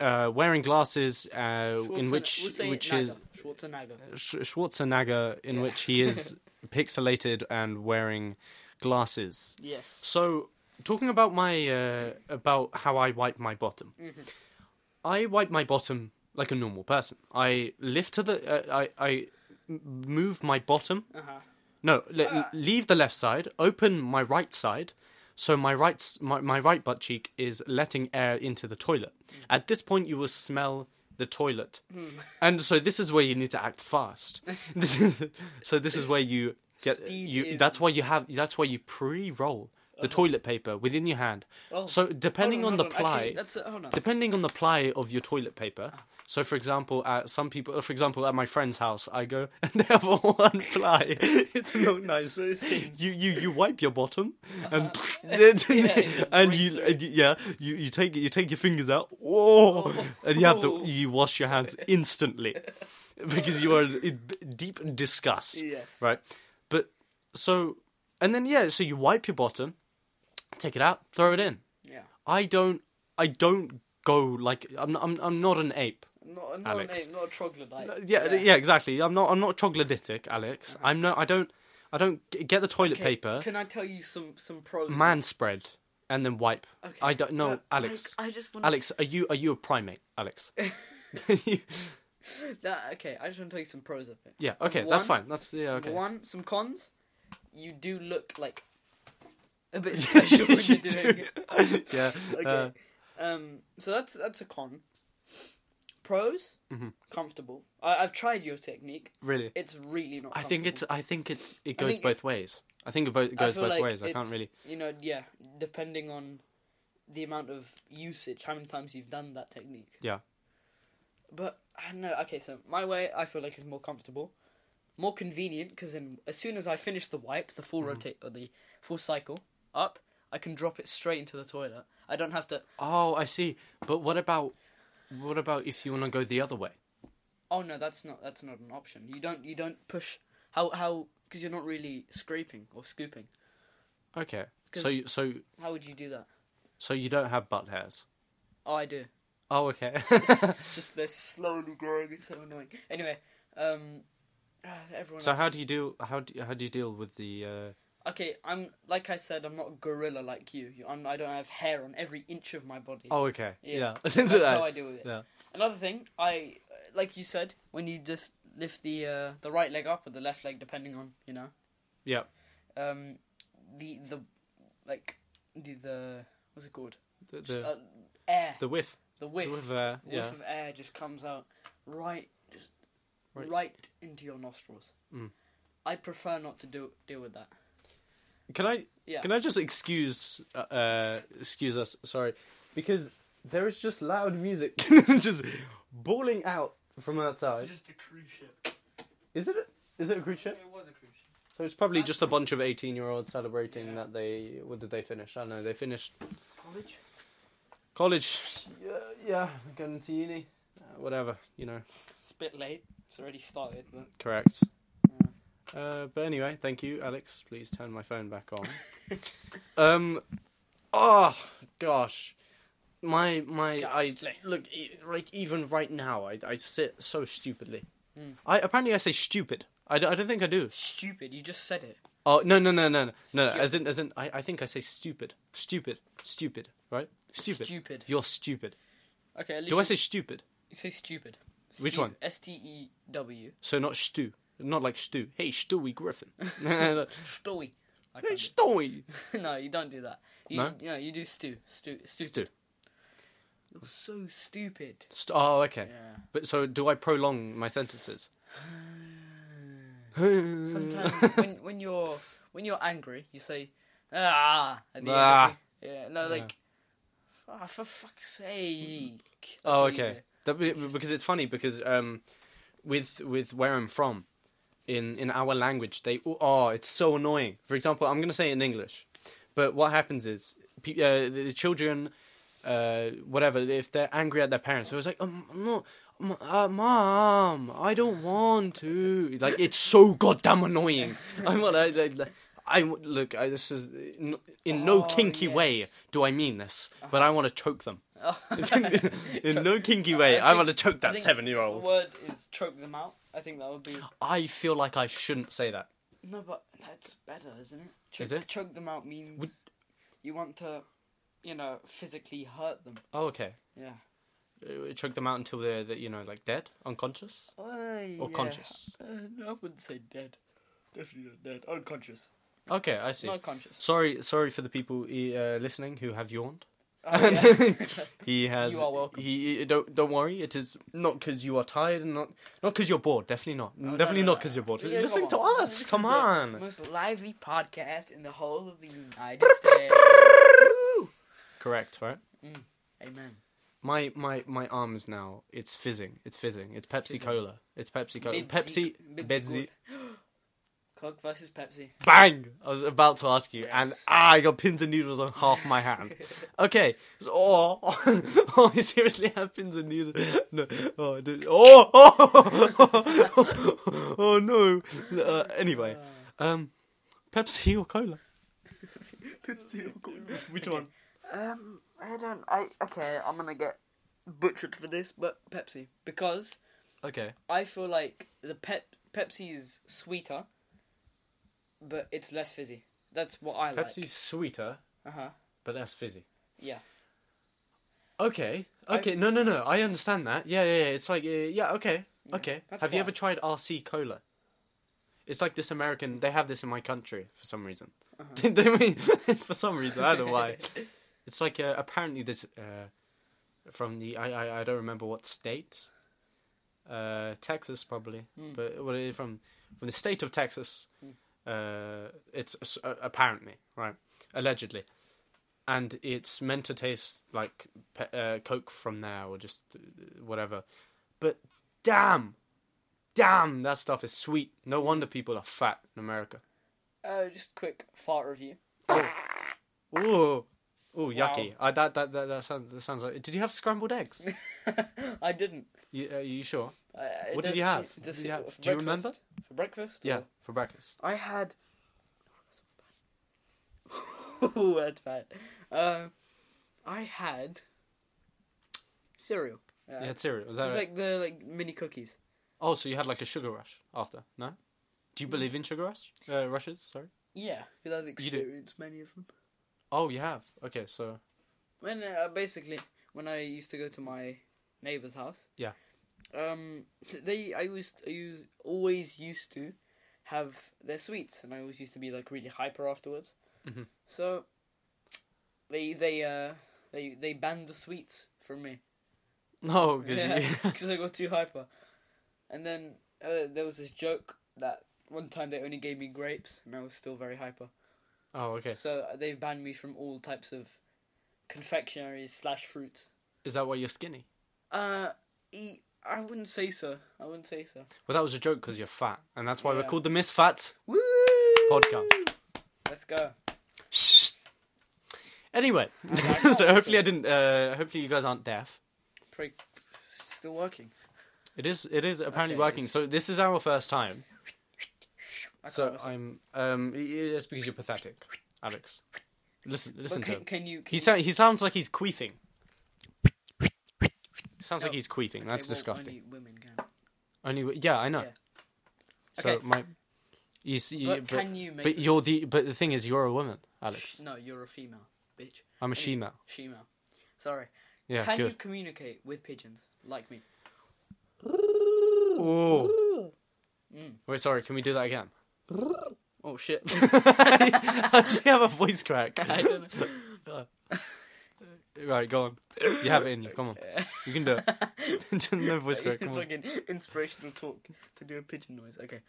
A: uh, wearing glasses, uh, in
B: Schwarzeneg-
A: which
B: we'll say
A: which
B: Naga.
A: is
B: Schwarzenegger.
A: Sch- Schwarzenegger in
B: Yeah.
A: which he is pixelated and wearing glasses.
B: Yes.
A: So, talking about my uh, about how I wipe my bottom, I wipe my bottom like a normal person. I lift to the uh, I I m- move my bottom.
B: Uh huh.
A: No, le-
B: Uh.
A: leave the left side. Open my right side. So my right s- my, my right butt cheek is letting air into the toilet.
B: Mm.
A: At this point, you will smell the toilet, and so this is where you need to act
B: [laughs]
A: fast. This is- so this is where you get
B: Speed
A: you.
B: is- Uh-huh.
A: That's why you have. That's why you pre-roll the toilet paper within your hand.
B: Oh.
A: So depending on,
B: Hold
A: the
B: hold
A: ply,
B: Actually, that's a, hold on.
A: depending on the ply of your toilet paper. So, for example, at some people, for example, at my friend's house, I go [laughs] and they have a one ply. [laughs] It's not nice.
B: so thin. Uh-huh.
A: you you you wipe your bottom [laughs] and
B: just
A: and
B: breaks
A: you
B: through.
A: and you- yeah you, you take you take your fingers out. Whoa,
B: Oh.
A: and you have to
B: [laughs] Ooh.
A: you wash your hands instantly [laughs] because you are in deep disgust.
B: Yes.
A: Right. But so and then yeah, so you wipe your bottom, take it out, throw it in.
B: Yeah.
A: I don't I don't go like I'm not, I'm I'm not an ape.
B: Not, not
A: Alex.
B: A, not a troglodyte.
A: Yeah, yeah, exactly. I'm not I'm not troglodytic, Alex. I'm no I don't I don't g- get the toilet
B: Okay,
A: paper,
B: Can I tell you some some pros?
A: man spread and then wipe.
B: Okay.
A: I don't know,
B: But,
A: Alex.
B: Like, Uh, I just want
A: Alex, are you are you a primate, [laughs] Alex?
B: To, that, okay, I just want to tell you some pros of it.
A: yeah, okay,
B: One-
A: that's fine. That's yeah, okay. [laughs]
B: One, some cons. You do look like
A: [laughs]
B: a bit special when you're doing it.
A: yeah. [laughs]
B: Okay.
A: uh,
B: um. So that's that's a con. Pros. Comfortable. I, I've tried your technique.
A: Mm-hmm. really.
B: It's really not.
A: I think
B: comfortable.
A: it's I think it's it
B: I
A: goes
B: think it-
A: both ways. I think it bo- goes
B: feel
A: both
B: like
A: ways. I can't
B: it's-
A: really.
B: You know, yeah, depending on the amount of usage, how many times you've done that technique.
A: Yeah.
B: But I don't know. Okay, so my way I feel like is more comfortable, more convenient because then as soon as I finish the wipe, the
A: Mm-hmm.
B: full rotate or the full cycle up, I can drop it straight into the toilet. I don't have to.
A: Oh, I see. But what about what about if you want to go the other way?
B: Oh no, that's not that's not an option. You don't you don't push how how because you're not really scraping or scooping.
A: Okay.
B: 'Cause-
A: So you- so
B: How would you do that?
A: so you don't have butt hairs.
B: Oh, I do.
A: Oh,
B: [laughs]
A: okay. [laughs]
B: it's just they're slowly growing. It's so annoying. Anyway, um, ah, everyone.
A: so
B: else
A: how
B: is-
A: do you deal? How do how do you deal with the? Uh,
B: Okay, I'm like I said, I'm not a gorilla like you. You- I'm, I don't have hair on every inch of my body.
A: oh, [laughs] okay.
B: Yeah.
A: Yeah.
B: [laughs] That's how I deal with it.
A: Yeah.
B: Another thing, I like you said, when you just lift the uh, the right leg up or the left leg, depending on you know.
A: [laughs] Yeah.
B: Um, the the like the the what's it called?
A: The
B: Just,
A: the,
B: uh, air.
A: the whiff.
B: The whiff.
A: The whiff. Uh,
B: whiff
A: yeah.
B: of air just comes out right, just right,
A: Right.
B: into your nostrils.
A: Mm.
B: I prefer not to do deal with that.
A: Can I
B: Yeah.
A: Can I just excuse uh, uh excuse us? Sorry, because there is just loud music [laughs] just bawling out from outside.
B: Just a cruise ship.
A: Is it? A, is it a cruise ship?
B: was a cruise ship.
A: So it's probably just a bunch of eighteen-year-olds celebrating
B: Yeah.
A: that they. What did they finish? I don't know. They finished
B: College.
A: college. Yeah, yeah going to uni. Uh, whatever you know.
B: It's a bit late. It's already started, but
A: Correct.
B: Yeah.
A: Uh, but anyway, thank you, Alex. Please turn my phone back [laughs] on. um, oh gosh, my my
B: Ghastly.
A: I look e- like even right now I I sit so stupidly.
B: Mm.
A: I apparently I say stupid. I d- I don't think I do.
B: stupid. You just said it.
A: Oh no no no no no no.
B: Stupid.
A: As in as in I, I think I say stupid stupid stupid right stupid.
B: Stupid.
A: You're stupid.
B: Okay. At least
A: Do I
B: you-
A: say stupid?
B: you say stupid?
A: Which one?
B: S T E W.
A: So not stew. Not like stew. Hey Stewie
B: [laughs]
A: Griffin. [laughs] hey
B: Stewie. I can't
A: Stewie.
B: do- [laughs] no, you don't do that. You,
A: No?
B: No, you do stew. Stew. Stupid.
A: Stew.
B: You're so stupid.
A: St- oh okay.
B: Yeah.
A: But so do I prolong my sentences?
B: Uh,
A: [laughs] Mm.
B: Sometimes when when you're when you're angry, you say ah at the
A: Ah.
B: end. Of it. Yeah, no,
A: Yeah.
B: like ah for fuck's sake. That's
A: oh,
B: what you [laughs]
A: okay. That, be- because it's funny because um, with with where I'm from, in in our language, they oh, it's so annoying. For example, I'm gonna say it in English, but what happens is pe- uh, the the children, uh, whatever, if they're angry at their parents, they're always like, um, I'm not. m- Uh, mom, I don't want to. Like it's so goddamn annoying. [laughs] I'm not. I, I, I look. I, this is in in no
B: Oh,
A: kinky way
B: yes. Uh-huh.
A: do I mean this, but I want to choke them. [laughs]
B: do.
A: in no kinky
B: way,
A: way,
B: I
A: I,
B: think-
A: want to choke
B: I
A: that
B: think
A: seven-year-old.
B: The word is choke them out. I think that
A: [gasps]
B: would be
A: I feel like I shouldn't say that.
B: no, but that's better, isn't it? Choke,
A: Is it?
B: choke them out means
A: Would-
B: you want to, you know, physically hurt them.
A: Oh, okay.
B: Yeah.
A: Uh, Choke them out until they're, they- you know, like dead, unconscious, or conscious.
B: Uh, no, I wouldn't say dead. Definitely not dead. Unconscious.
A: Okay, I see.
B: Not
A: [laughs]
B: conscious.
A: Sorry, sorry for the people uh, listening who have yawned.
B: Oh, [laughs] yeah.
A: [laughs] He has.
B: You are welcome.
A: He he- don't don't worry. It is not because you are tired and not not because you're bored. Definitely not.
B: Oh, no,
A: Definitely
B: no,
A: not
B: no.
A: because you're bored.
B: Yeah,
A: Listen to
B: come on.
A: us.
B: This
A: Come
B: is the
A: on.
B: most lively podcast in the whole of the United States. uh,
A: [laughs] Correct, right?
B: Amen.
A: My my my arms now. It's fizzing. It's fizzing. It's Pepsi
B: Fizzing.
A: Cola. It's Pepsi Cola.
B: Bibsy-
A: Pepsi
B: Bibsy
A: Bepsi.
B: Cola. Coke versus Pepsi.
A: Bang! I was about to ask you, and
B: Yes.
A: ah, I got pins and needles on half my
B: [laughs]
A: hand. Okay, so, oh, [laughs] oh, I seriously have pins and needles. No, oh, I did- oh, [laughs] oh, oh, oh, no. Uh, anyway, um, Pepsi or cola?
B: Pepsi or [laughs] Coke?
A: Which one?
B: Um, I don't. I okay. I'm gonna get butchered for this, but Pepsi because
A: Okay,
B: I feel like the pep Pepsi is sweeter, but it's less fizzy. That's what I
A: Pepsi's
B: like.
A: sweeter,
B: Uh huh.
A: but less fizzy.
B: Yeah.
A: Okay, okay, no, no, no. I understand that. Yeah, yeah, yeah. It's like, uh, yeah, okay,
B: Yeah,
A: okay.
B: that's
A: Have you
B: why.
A: ever tried RC Cola? It's like this American. They have this in my country for some reason.
B: Uh-huh.
A: Did [laughs] they mean for some reason? I don't know
B: [laughs]
A: why. It's like uh, apparently this uh, from the I, I I don't remember what state. Uh, Texas probably, uh,
B: Mm. Hmm.
A: but what is it from from the state of Texas. Uh, it's s- uh, apparently right, allegedly, and it's meant to taste like pe- uh, Coke from there or just uh, whatever. But damn, damn, that stuff is sweet. No wonder people are fat in America.
B: Uh, just quick fart review. [laughs]
A: Ooh, ooh, yucky. I that, that that that sounds that sounds like. Did you have scrambled
B: [laughs]
A: eggs?
B: I didn't.
A: you, are you sure?
B: I- I-
A: What did
B: Uh, does
A: you
B: it-
A: have?
B: does
A: Did you
B: it-
A: have-
B: for
A: do you remember?
B: breakfast? For breakfast?
A: Yeah,
B: or-
A: for breakfast.
B: I had. [laughs] Ooh, that's bad. Um, I had cereal.
A: You had cereal. Was that
B: Uh, It's
A: right?
B: like the like mini cookies.
A: Oh, so you had like a sugar rush after? No. Do you
B: Mm.
A: believe in sugar rush? Uh, rushes. Sorry.
B: Yeah, because I've
A: do.
B: experienced many of them.
A: Oh, you have. Okay,
B: [laughs]
A: so
B: When uh, basically when I used to go to my neighbor's house.
A: Yeah.
B: Um, they I used I used always used to have their sweets, and I always used to be like really hyper afterwards.
A: Mhm.
B: So they they uh they they banned the sweets
A: [laughs]
B: from me.
A: no, because Oh,
B: [laughs]
A: you.
B: because I got too hyper. And then uh, there was this joke that one time they only gave me grapes, and I was still very hyper.
A: [laughs] oh, okay.
B: So they banned me from all types of confectionery slash fruits.
A: Is that why you're skinny?
B: Uh, e- I wouldn't say so. I wouldn't say so.
A: Well, that was a joke because you're fat, and that's why we're
B: Yeah.
A: called the Miss Fats.
B: Woo!
A: Podcast.
B: Let's go. [laughs]
A: Anyway,
B: I-
A: [laughs] so hopefully I didn't. Uh, hopefully you guys aren't deaf.
B: Pre- still working.
A: It is. It is apparently
B: Okay,
A: working.
B: it's-
A: So this is our first time.
B: I
A: So
B: can't listen.
A: I'm um. It's because you're pathetic, Alex. Listen,
B: But
A: listen to
B: can,
A: him.
B: can you? Can
A: He
B: you-
A: sound, he sounds like he's queefing. Sounds like
B: Oh,
A: he's queefing. That's
B: Okay, well,
A: disgusting.
B: Only women can.
A: Only, yeah, I know.
B: Yeah.
A: So
B: Okay.
A: my, you see,
B: But,
A: but,
B: can you make?
A: but
B: this-
A: you're the but the thing is you're a woman, Alex.
B: Sh- No, you're a female, bitch.
A: I'm a
B: Any-
A: she-male.
B: Shemale. Sorry.
A: Yeah,
B: Can you [laughs]
A: good.
B: communicate with pigeons like me?
A: Oh,
B: Mm.
A: wait, sorry. Can we do that
B: [laughs]
A: again? [laughs]
B: Oh shit. [laughs]
A: How do you have a voice crack?
B: I don't [laughs] know.
A: Right, go on. You have it in you. Come on, you can do
B: [laughs]
A: it. [laughs] no voice crack. Come on.
B: Fucking inspirational talk to do a pigeon noise. Okay.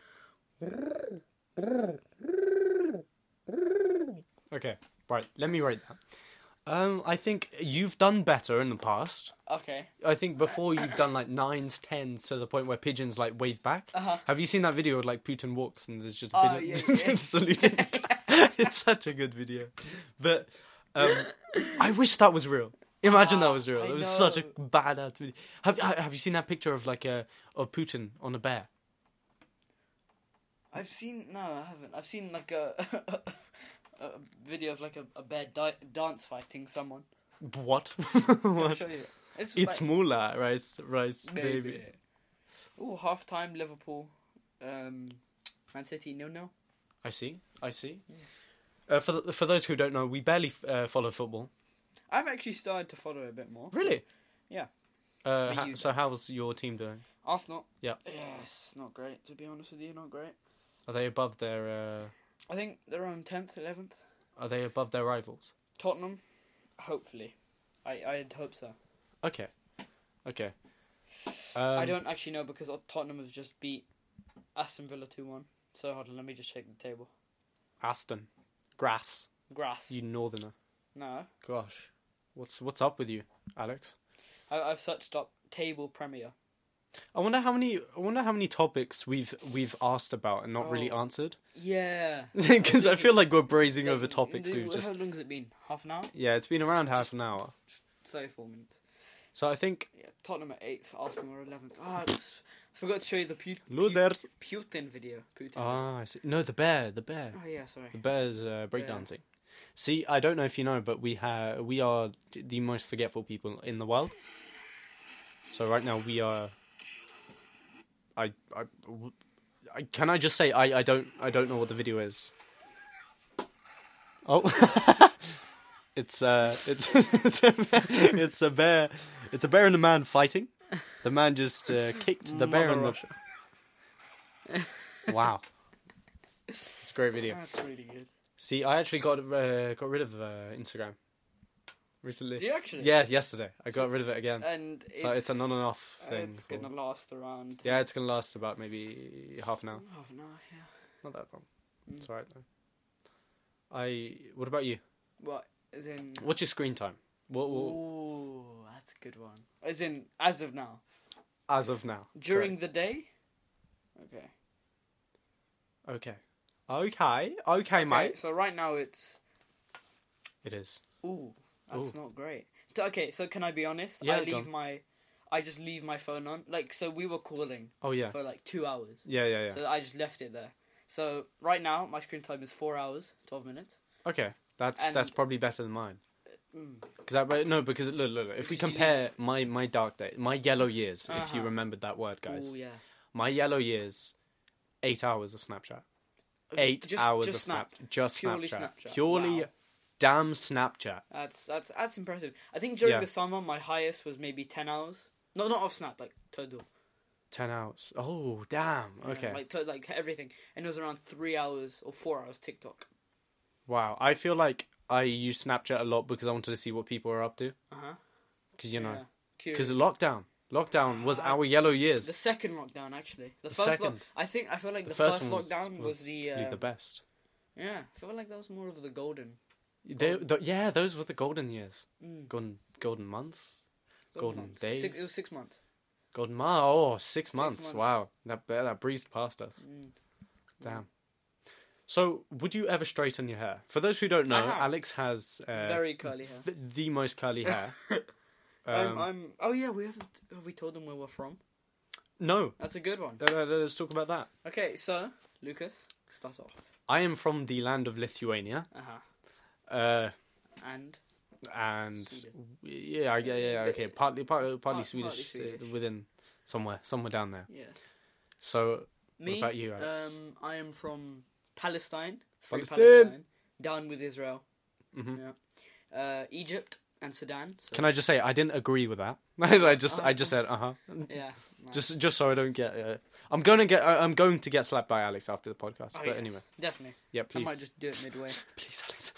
A: Okay, right. Let me write that. Um, I think you've done better in the past.
B: Okay.
A: I think before you've done like nines, tens to the point where pigeons like wave back.
B: Uh-huh.
A: Have you seen that video of like Putin walks and there's just a
B: Oh,
A: pigeon [laughs]
B: yeah, yeah. [laughs]
A: saluting? it's such a good video. But um, I wish that was real. Imagine that
B: Ah,
A: was real.
B: I
A: That was such a
B: know.
A: badass video. Have ha- Have you seen that picture of like a of Putin on a bear?
B: I've seen no, I haven't. I've seen like a, [laughs] a video of like a, a bear di- dance fighting someone.
A: What? [laughs]
B: I'll
A: What?
B: show you. It. It's,
A: It's
B: like,
A: Moolah, rice, rice, baby.
B: Oh, half time Liverpool, um, Man City nil nil.
A: I see. I see. Uh, for th for those who don't know, we barely f- uh, follow football.
B: I've actually started to follow a bit more.
A: Really?
B: Yeah.
A: Uh,
B: But
A: ha-
B: you
A: so how's your team doing?
B: Arsenal.
A: Yeah.
B: Yes, not great to be honest with you. Not great.
A: Are they above their uh,
B: I think they're on tenth, eleventh.
A: Are they above their rivals?
B: Tottenham, hopefully. I I'd hope so.
A: Okay. Okay.
B: I
A: Um,
B: don't actually know because Tottenham has just beat Aston Villa two one. So hold on, let me just check the table.
A: Aston, grass.
B: Grass.
A: You northerner.
B: No,
A: Gosh, what's what's up with you, Alex?
B: I, I've searched up table Premier.
A: I wonder how many. I wonder how many topics we've we've asked about and not really
B: Oh. [laughs]
A: answered. [laughs]
B: Yeah.
A: Because I feel like we're brazing
B: Yeah,
A: over topics.
B: the-
A: We've just
B: How long has it been? Half an hour.
A: yeah, it's been around half an hour.
B: Thirty four minutes.
A: So I think
B: Yeah. Tottenham at eighth, Arsenal are eleventh. Ah, it's- I forgot to show you the Pu- Pu-
A: losers.
B: Putin video. Putin.
A: Ah, I see. no, the bear, the bear.
B: oh yeah, sorry.
A: The Bears uh, breakdancing. See, I don't know if you know, but we have we are the most forgetful people in the world. So right now we are. I I, I can I just say I, I don't I don't know what the video is. Oh, [laughs] it's uh it's [laughs] it's a, it's a bear it's a bear and a man fighting. The man just uh, kicked the bear
B: Mother
A: in
B: Russia.
A: the. Wow, it's a great video.
B: Ah, That's really good.
A: See, I actually got uh, got rid of uh, Instagram recently.
B: Do you actually?
A: Yeah, yesterday I got rid of it again.
B: And
A: so it's, an on and off
B: uh,
A: thing.
B: It's
A: for-
B: gonna last around
A: Yeah, it's gonna last about maybe half an hour.
B: half an hour. Yeah.
A: Not that long.
B: Mm.
A: It's alright though. I. What about you?
B: What? As in.
A: What's your screen time? What, what
B: Ooh, that's a good one. As in, as of now,
A: as of now?
B: during the day. Okay.
A: Correct. Okay. Okay. Okay,
B: Okay.
A: mate.
B: So right now it's.
A: It is.
B: Ooh, that's
A: Ooh.
B: not great. T- Okay, so can I be honest?
A: Yeah,
B: I
A: go
B: leave
A: on.
B: my. I just leave my phone on. Like, so we were calling
A: Oh yeah.
B: for like two hours.
A: Yeah, yeah, yeah.
B: So I just left it there. So right now my screen time is four hours, twelve minutes.
A: okay. That's
B: and-
A: that's probably better than mine.
B: Mm.
A: Cause that, but no, because look, look, look. If we
B: Because you
A: compare my my dark day, my yellow years, if you
B: Uh-huh.
A: remembered that word, guys,
B: Ooh, yeah.
A: my yellow years, eight hours of Snapchat, eight
B: Just-
A: hours
B: just
A: of Snap, just
B: Purely
A: Snapchat,
B: Snapchat.
A: purely
B: Wow.
A: damn Snapchat.
B: That's that's that's impressive. I think during
A: Yeah.
B: the summer my highest was maybe ten hours. No, not off Snap, like total.
A: Ten hours. Oh damn.
B: Yeah,
A: Okay.
B: Like to, like everything, and it was around three hours or four hours TikTok.
A: wow. I feel like I use Snapchat a lot because I wanted to see what people are up to.
B: Uh huh.
A: Because you know,
B: Yeah.
A: because
B: Curious.
A: lockdown, lockdown was
B: Ah.
A: our yellow years.
B: The second lockdown, actually. The,
A: The
B: first lock-
A: second.
B: I think I feel like the,
A: The
B: first,
A: one
B: lockdown was, the,
A: really
B: uh,
A: the best.
B: yeah. I feel like that was more of the golden
A: They, th yeah, those were the golden years,
B: mm,
A: golden golden months, Golden
B: months.
A: days.
B: Six, it was six months.
A: golden ma. Oh, six
B: Six
A: months.
B: months.
A: Wow, that that breezed past us.
B: Mm.
A: Damn. So, would you ever straighten your hair? For those who don't know,
B: have.
A: Alex has uh,
B: Very curly hair.
A: th- the most curly hair.
B: [laughs] I'm,
A: Um,
B: I'm. Oh yeah, we haven't. Have we told them where we're from?
A: No,
B: That's a good one.
A: Uh, uh, let's talk about that.
B: Okay, so Lucas, start off.
A: I am from the land of Lithuania,
B: Uh huh.
A: uh,
B: And
A: and
B: Sweden.
A: yeah, I- yeah, yeah, okay, partly, partly, partly
B: partly
A: Swedish, uh,
B: Swedish.
A: within somewhere, somewhere down there.
B: yeah,
A: So,
B: me.
A: about you, Alex?
B: Um, I am from Palestine. Free
A: Palestine!
B: Palestine. Down with Israel.
A: Mhm.
B: Yeah. Uh, Egypt and Sudan. So,
A: can I just say I didn't agree with that? [laughs] I just,
B: Oh.
A: I just said, uh huh.
B: Yeah. nah.
A: Just, just so I don't get, uh, I'm gonna get, I I'm going to get slapped by Alex after the podcast.
B: Oh,
A: but
B: yes,
A: anyway,
B: definix.
A: yeah,
B: I might
A: please,
B: just do it midway.
A: please, Alex.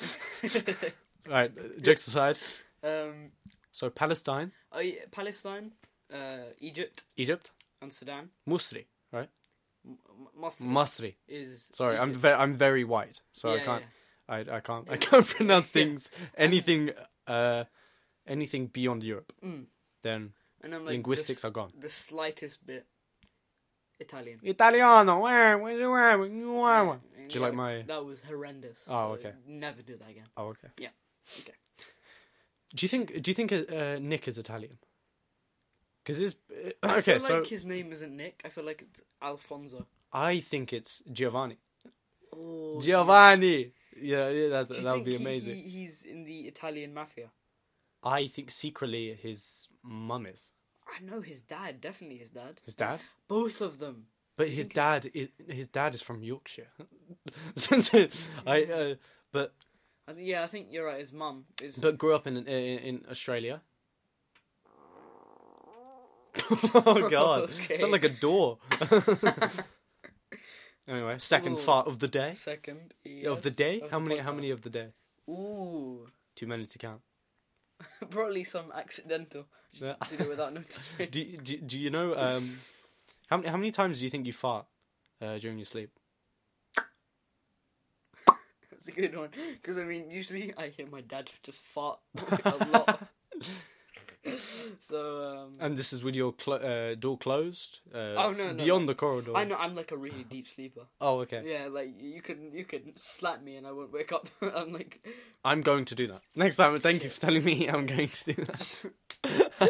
A: [laughs] All right, uh, jokes aside.
B: [laughs] um,
A: So Palestine,
B: I, Palestine, uh, Egypt,
A: Egypt,
B: and Sudan.
A: Musri,
B: M- m- Mosul
A: Masri.
B: is
A: Sorry, I'm
B: Egypt.
A: very, I'm very white, so I
B: Yeah,
A: can't,
B: yeah.
A: I, I can't, I can't pronounce
B: Yeah.
A: things anything, uh, anything beyond Europe.
B: Mm.
A: Then
B: And I'm like
A: linguistics
B: The,
A: are gone.
B: s- the slightest bit Italian.
A: Italiano. wah, wah, wah, wah, wah.
B: Yeah,
A: Ah, Do you like
B: yeah,
A: my?
B: That was horrendous.
A: Oh,
B: so
A: okay.
B: Never do that again.
A: Oh, okay.
B: Yeah. Okay.
A: Do you think? Do you think uh, Nick is Italian? Because it's
B: I
A: okay.
B: feel
A: so
B: like his name isn't Nick. I feel like it's Alfonso.
A: I think it's Giovanni.
B: Oh,
A: Giovanni. Yeah, yeah that
B: Do you
A: that would
B: think
A: be
B: he-
A: amazing.
B: he- he's in the Italian mafia.
A: I think secretly his mum is
B: I know his dad. Definitely his dad.
A: his dad,
B: Both of them.
A: but his dad is his dad is from Yorkshire. [laughs] so, so I uh, but
B: I think, yeah, I think you're right. His mum is.
A: but grew up in in, in Australia. [laughs] oh God!
B: Okay.
A: Sound like a
B: [laughs]
A: door. anyway, second
B: Ooh.
A: fart of the day
B: Second
A: of the
B: yes,
A: day.
B: of
A: how
B: the
A: many? How
B: podcast.
A: many of the day?
B: Ooh, [laughs]
A: Too many to count.
B: probably some accidental. Just
A: Yeah.
B: did it without [laughs] noticing.
A: [laughs] Do you- do, do you know um, how many how many times do you think you fart uh, during your sleep?
B: That's a good one. Because, I mean, usually I hear my dad just fart [laughs] a lot. so, um,
A: And this is with your clo- uh, door closed. Uh,
B: Oh, no, no,
A: beyond the corridor.
B: I know I'm like a really deep sleeper.
A: Oh okay.
B: Yeah, like you can you can slap me and I won't wake up. [laughs]
A: [laughs]
B: I'm like,
A: I'm going to do that next time. Thank you for telling me. I'm going to do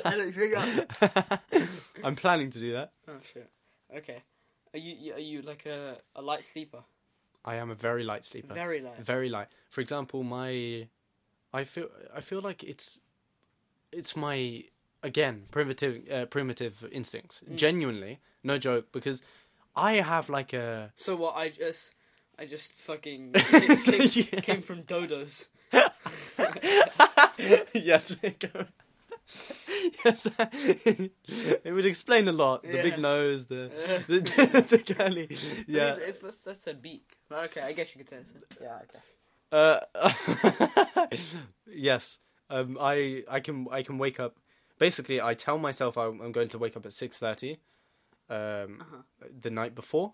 B: Alex, wake up.
A: that. [laughs] I'm planning to do that.
B: Oh shit. Okay. Are you you- are you like a a light sleeper?
A: I am a very light sleeper. Very,
B: Very light.
A: light. For example, my I feel I feel like it's it's my again primitive uh, primitive instincts.
B: Mm.
A: Genuinely, no joke, because I have like
B: [laughs]
A: a
B: So what? I just I just
A: [laughs]
B: fucking
A: So,
B: came,
A: yeah.
B: came from dodos.
A: yes. [laughs] go- yes, [laughs] it would explain a lot. The
B: Yeah.
A: big nose,
B: [laughs]
A: the
B: Yeah.
A: the, [laughs] the curly, [laughs] yeah.
B: It's that's that's a beak. Okay, I guess you could say so. Yeah. Okay.
A: Uh, [laughs] yes. Um, I I can I can wake up. Basically, I tell myself I'm, I'm going to wake up at six thirty, um,
B: Uh-huh.
A: the night before,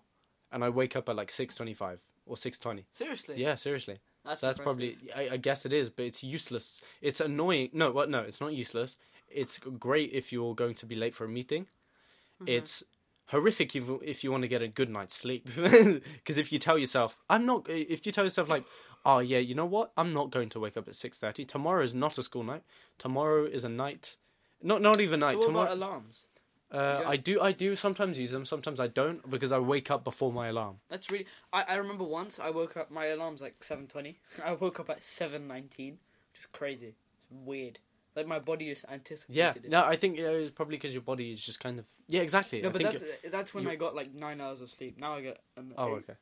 A: and I wake up at like six twenty five. or 620.
B: Seriously?
A: Yeah, seriously.
B: That's,
A: So that's
B: impressive.
A: probably. I, I guess it is, but it's useless. It's annoying. No, what? No, it's not useless. It's great if you're going to be late for a meeting.
B: Mm-hmm.
A: It's horrific if if you want to get a good night's sleep, [laughs] because if you tell yourself, I'm not. If you tell yourself like, oh yeah, you know what? I'm not going to wake up at six thirty. Tomorrow is not a school night. Tomorrow is a night. Not not even
B: So
A: night.
B: what
A: tomorrow.
B: about alarms?
A: uh,
B: Yeah.
A: I do I do sometimes use them. Sometimes I don't because I wake up before my alarm.
B: That's really. I, I remember once I woke up. My alarm's like seven twenty. [laughs] I woke up at seven nineteen, which is crazy. It's weird. Like my body just anticipated.
A: Yeah.
B: it.
A: No, I think uh, it's probably because your body is just kind of. Yeah, exactly.
B: No,
A: I
B: but
A: think
B: that's that's when
A: you-
B: I got like nine hours of sleep. Now I get. Um,
A: Oh,
B: eight.
A: okay.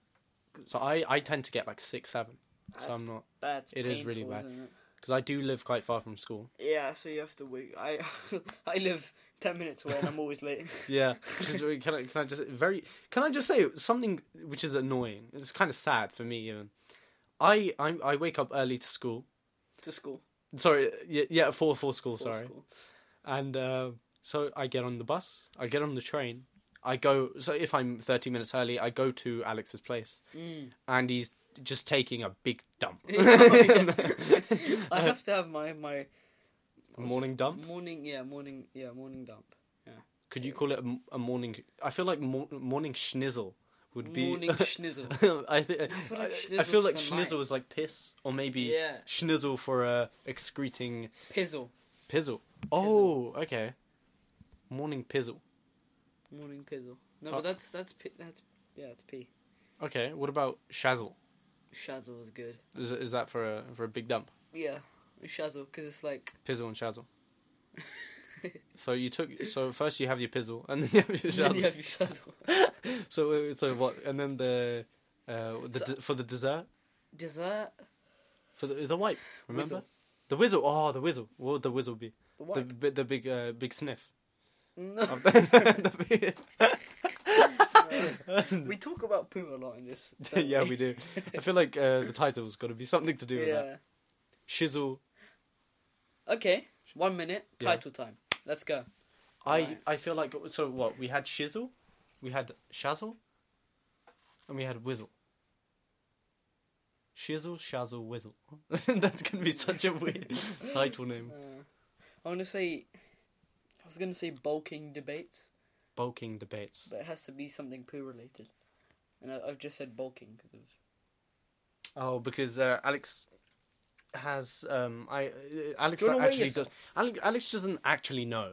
A: So I, I tend to get like six, seven. So I'm not
B: That's
A: It is really
B: painful,
A: bad.
B: isn't it?
A: because I do live quite far from school.
B: Yeah, so you have to wait. I [laughs] I live ten minutes away and I'm always late. [laughs]
A: Yeah. [laughs] Which is- can I can I just very can I just say something which is annoying? It's kind of sad for me even. I I I wake up early to school.
B: to school.
A: Sorry, yeah, yeah, four four school.
B: before
A: sorry,
B: School.
A: and uh, so I get on the bus. I get on the train. I go. So if I'm thirty minutes early, I go to Alex's place,
B: Mm.
A: and he's just taking a big [laughs] dump.
B: [laughs] I have to have my my
A: Morning dump.
B: morning. Yeah, morning. Yeah, morning dump.
A: Could you call it a m- a, morning? I feel like mor- morning schnizzle would be. [laughs]
B: Morning schnizzle.
A: I, thi-
B: feel
A: I, I
B: like
A: feel
B: schnizzle's
A: like
B: for
A: schnizzle
B: night.
A: is like piss, or maybe
B: Yeah,
A: schnizzle for uh, excreting
B: pizzle.
A: pizzle. Oh, okay. Morning pizzle.
B: Morning pizzle. No,
A: Oh.
B: but that's that's pi- that's yeah, it's pee.
A: Okay. What about shazzle?
B: Shazzle was good.
A: Is is that for a for a big dump?
B: Yeah, shazzle because it's like [laughs]
A: Pizzle and shazzle. So you took so first you have your pizzle and then you have your
B: [laughs] then
A: shazzle.
B: you have your shazzle.
A: So uh, so what and then the uh the
B: So-
A: d- for the dessert
B: Dessert.
A: for the the wipe remember
B: Whizzle.
A: the whizzle oh the whizzle what would the whizzle be The,
B: The wipe.
A: bi- the big uh, big sniff.
B: [laughs]
A: [laughs]
B: No.
A: The big-
B: we talk about poo a lot in this. don't
A: [laughs] [laughs] yeah, we do. I feel like uh, the title's got to be something to do with that.
B: Yeah.
A: Shizzle.
B: Okay. One minute.
A: Yeah.
B: Title time. Let's go.
A: I
B: Right.
A: I feel like so. What we had shizzle, we had shazzle, and we had whizzle. Shizzle, shazzle, whizzle. [laughs] That's gonna be such a
B: [laughs]
A: weird title name.
B: Uh, I want to say. I was gonna say bulking debates,
A: Bulking debates.
B: but it has to be something poo related. And I, I've just said bulking because of
A: [laughs] Oh, because uh, Alex has um I uh, Alex
B: Do you wanna
A: that
B: weigh
A: actually
B: yourself?
A: does Alex, Alex doesn't actually know,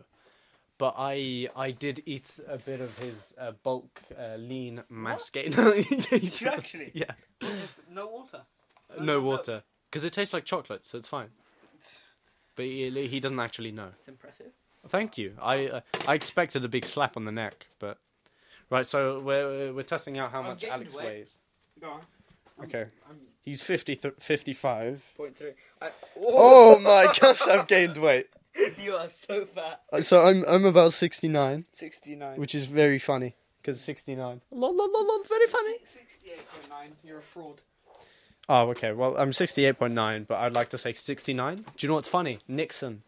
A: but I I did eat a bit of his uh, bulk uh, lean mass [laughs]
B: [laughs]
A: gain.
B: Did you actually? [laughs]
A: Yeah.
B: Just no water.
A: No,
B: No, no.
A: water because it tastes like chocolate, so it's fine. But he, he doesn't actually know.
B: It's impressive.
A: Thank you. I uh, I expected a big slap on the neck, but right. So we're we're testing out how
B: I'm
A: much
B: getting
A: Alex
B: wet.
A: weighs.
B: Go on.
A: Okay,
B: I'm
A: he's 50 th- 55.
B: point three. I,
A: Oh
B: [laughs]
A: my gosh, I've gained weight.
B: you are so fat.
A: Uh, So I'm I'm about 69,
B: Sixty nine.
A: which is very funny because 69. Lol, lol, lol, lol, very funny.
B: Sixty-eight point nine. You're a fraud.
A: Oh, okay. Well, I'm 68.9, but I'd like to say 69. Do you know what's funny? Nixon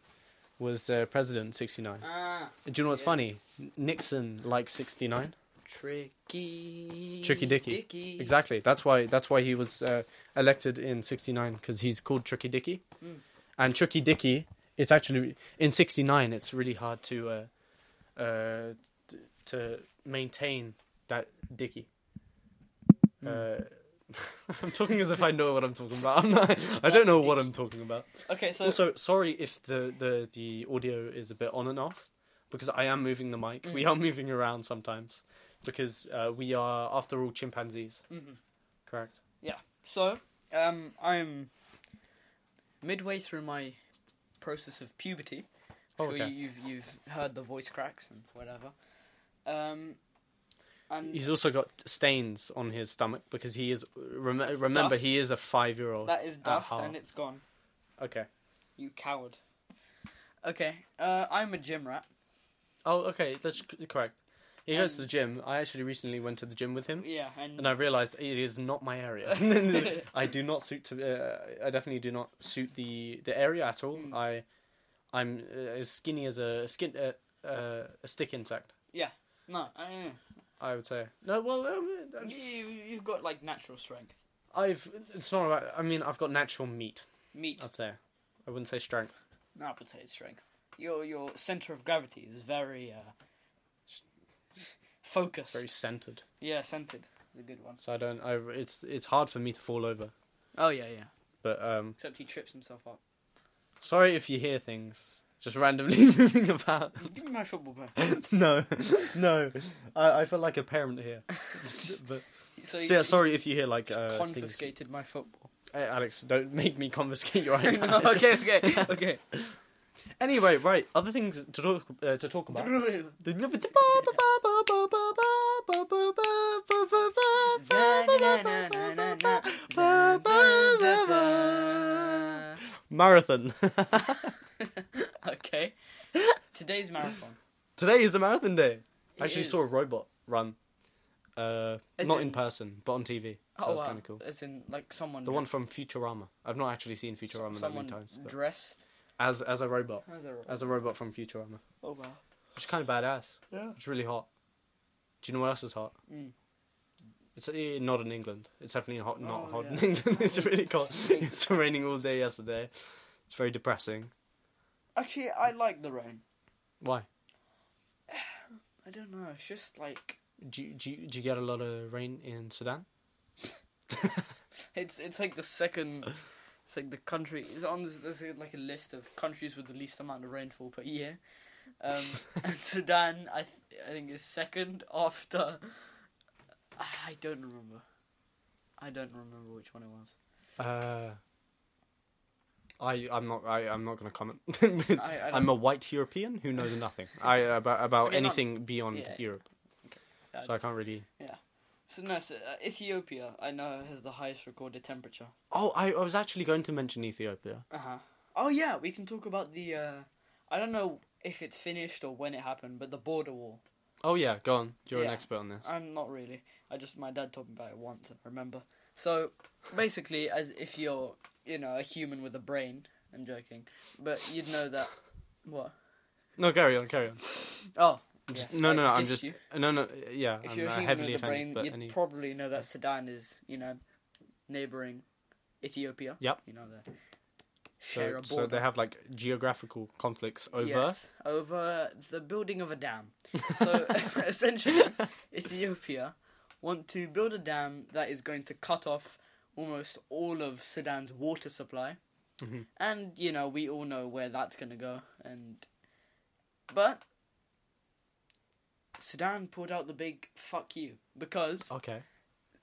A: was uh, president in 69.
B: Ah,
A: Do you know what's
B: Yeah.
A: funny? N- Nixon likes 69.
B: tricky.
A: Tricky Dicky. Exactly. That's why that's why he was uh, elected in 69 because he's called Tricky Dicky. And Tricky Dicky, it's actually in 69 it's really hard to uh, uh, t- to maintain that Dicky. Uh, [laughs] I'm talking as if I know what I'm talking about. I'm not, I don't know what I'm talking about.
B: Okay, so
A: Also, sorry if the, the, the audio is a bit on and off because I am moving the mic. We are [laughs] moving around sometimes because uh, we are, after all, chimpanzees.
B: Mhm.
A: Correct.
B: so um, I'm midway through my process of puberty.
A: Oh,
B: sure
A: okay.
B: you, you've you've heard the voice cracks and whatever. Um, and
A: He's also got stains on his stomach because he is. Rem- remember,
B: dust.
A: he is a five year old.
B: that is dust,
A: Aha.
B: and it's gone.
A: Okay.
B: You coward. Okay, uh, I'm a gym rat.
A: Oh, okay. That's c- correct. He goes to
B: Um,
A: the gym. I actually recently went to the gym with him.
B: Yeah, and,
A: And I realized it is not my area. [laughs] I do not suit to. Uh, I definitely do not suit the the area at all.
B: Mm.
A: I, I'm uh, as skinny as a skin uh, uh, a stick insect.
B: no, I don't know.
A: I would say no. Well, um, that's-
B: You, you, you've got like natural strength.
A: I've it's not about. I mean, I've got natural meat.
B: Meat.
A: I'd say. I wouldn't say strength.
B: No, I would say it's strength. Your your center of gravity is very uh, s- focused.
A: Very centered.
B: Yeah, centered is a good one.
A: So I don't. I it's it's hard for me to fall over.
B: Oh yeah, yeah.
A: But um,
B: Except he trips himself up.
A: sorry if you hear things just randomly moving about.
B: Give me my football
A: [laughs]
B: back.
A: no, no. I I feel like a parent here. but
B: So,
A: so yeah, sorry if you hear like uh, things.
B: confiscated my
A: [laughs]
B: football.
A: Hey, Alex, don't make me confiscate your
B: No,
A: iPad.
B: okay, okay, [laughs] okay.
A: Anyway, right. Other things to talk uh, to talk about. [laughs] Marathon.
B: [laughs]
A: [laughs]
B: okay. Today's marathon.
A: Today is the marathon day.
B: It
A: I actually
B: is.
A: saw a robot run. Uh,
B: As
A: not
B: in-
A: in person, but on TV. So
B: oh,
A: that's
B: wow.
A: kind of cool.
B: As in, like someone.
A: The one from Futurama. I've not actually seen
B: someone
A: Futurama that many times. But
B: dressed
A: as as a robot,
B: as a robot.
A: as a robot from Futurama,
B: Oh wow.
A: which is kind of badass.
B: Yeah.
A: It's really hot. Do you know what else is hot?
B: Mm.
A: It's eh, not in England. It's definitely hot, not
B: Oh,
A: hot in [laughs]
B: yeah.
A: England. It's really
B: [laughs]
A: cold. it's raining all day yesterday. It's very depressing.
B: Actually, I like the rain.
A: Why?
B: I don't know. It's just like
A: Do you, do you, do you get a lot of rain in Sudan?
B: it's it's like the second. It's like the country. It's on this, there's like a list of countries with the least amount of rainfall per year.
A: [laughs]
B: Um, and Sudan, I th- I think is second after. I don't remember. I don't remember which one it
A: [laughs]
B: was.
A: Uh, I I'm not I I'm not going to comment. [laughs] Because
B: I- I don't-
A: I'm a white European who
B: [laughs]
A: knows nothing I about about
B: Okay, not-
A: anything beyond
B: yeah.
A: Europe.
B: Yeah, I
A: so I can't really.
B: So no, so, uh, Ethiopia I know has the highest recorded temperature.
A: Oh, I, I was actually going to mention Ethiopia.
B: Uh huh. Oh yeah, we can talk about the. uh I don't know if it's finished or when it happened, but the border wall.
A: Oh yeah, go on. You're an
B: Yeah.
A: expert on this.
B: I'm not really. I just my dad told me about it once. I remember. So basically, as if you're you know a human with a brain. I'm joking, but you'd know that. What?
A: No, carry on, carry on.
B: Oh.
A: Just,
B: yeah,
A: no, no,
B: I
A: no, I'm
B: dissed
A: just
B: you.
A: no, no. Yeah,
B: If
A: I'm
B: you're
A: uh,
B: a human
A: heavily
B: with a
A: offended,
B: brain,
A: but
B: you'd
A: any.
B: probably know that Sudan is, you know, neighboring Ethiopia.
A: Yep.
B: You know, they share
A: So,
B: a border.
A: so they have like geographical conflicts over.
B: Yes, over the building of a dam. So [laughs] essentially, Ethiopia want to build a dam that is going to cut off almost all of Sudan's water supply.
A: Mhm.
B: And you know we all know where that's going to go. And but Sudan pulled out the big fuck you because
A: Okay.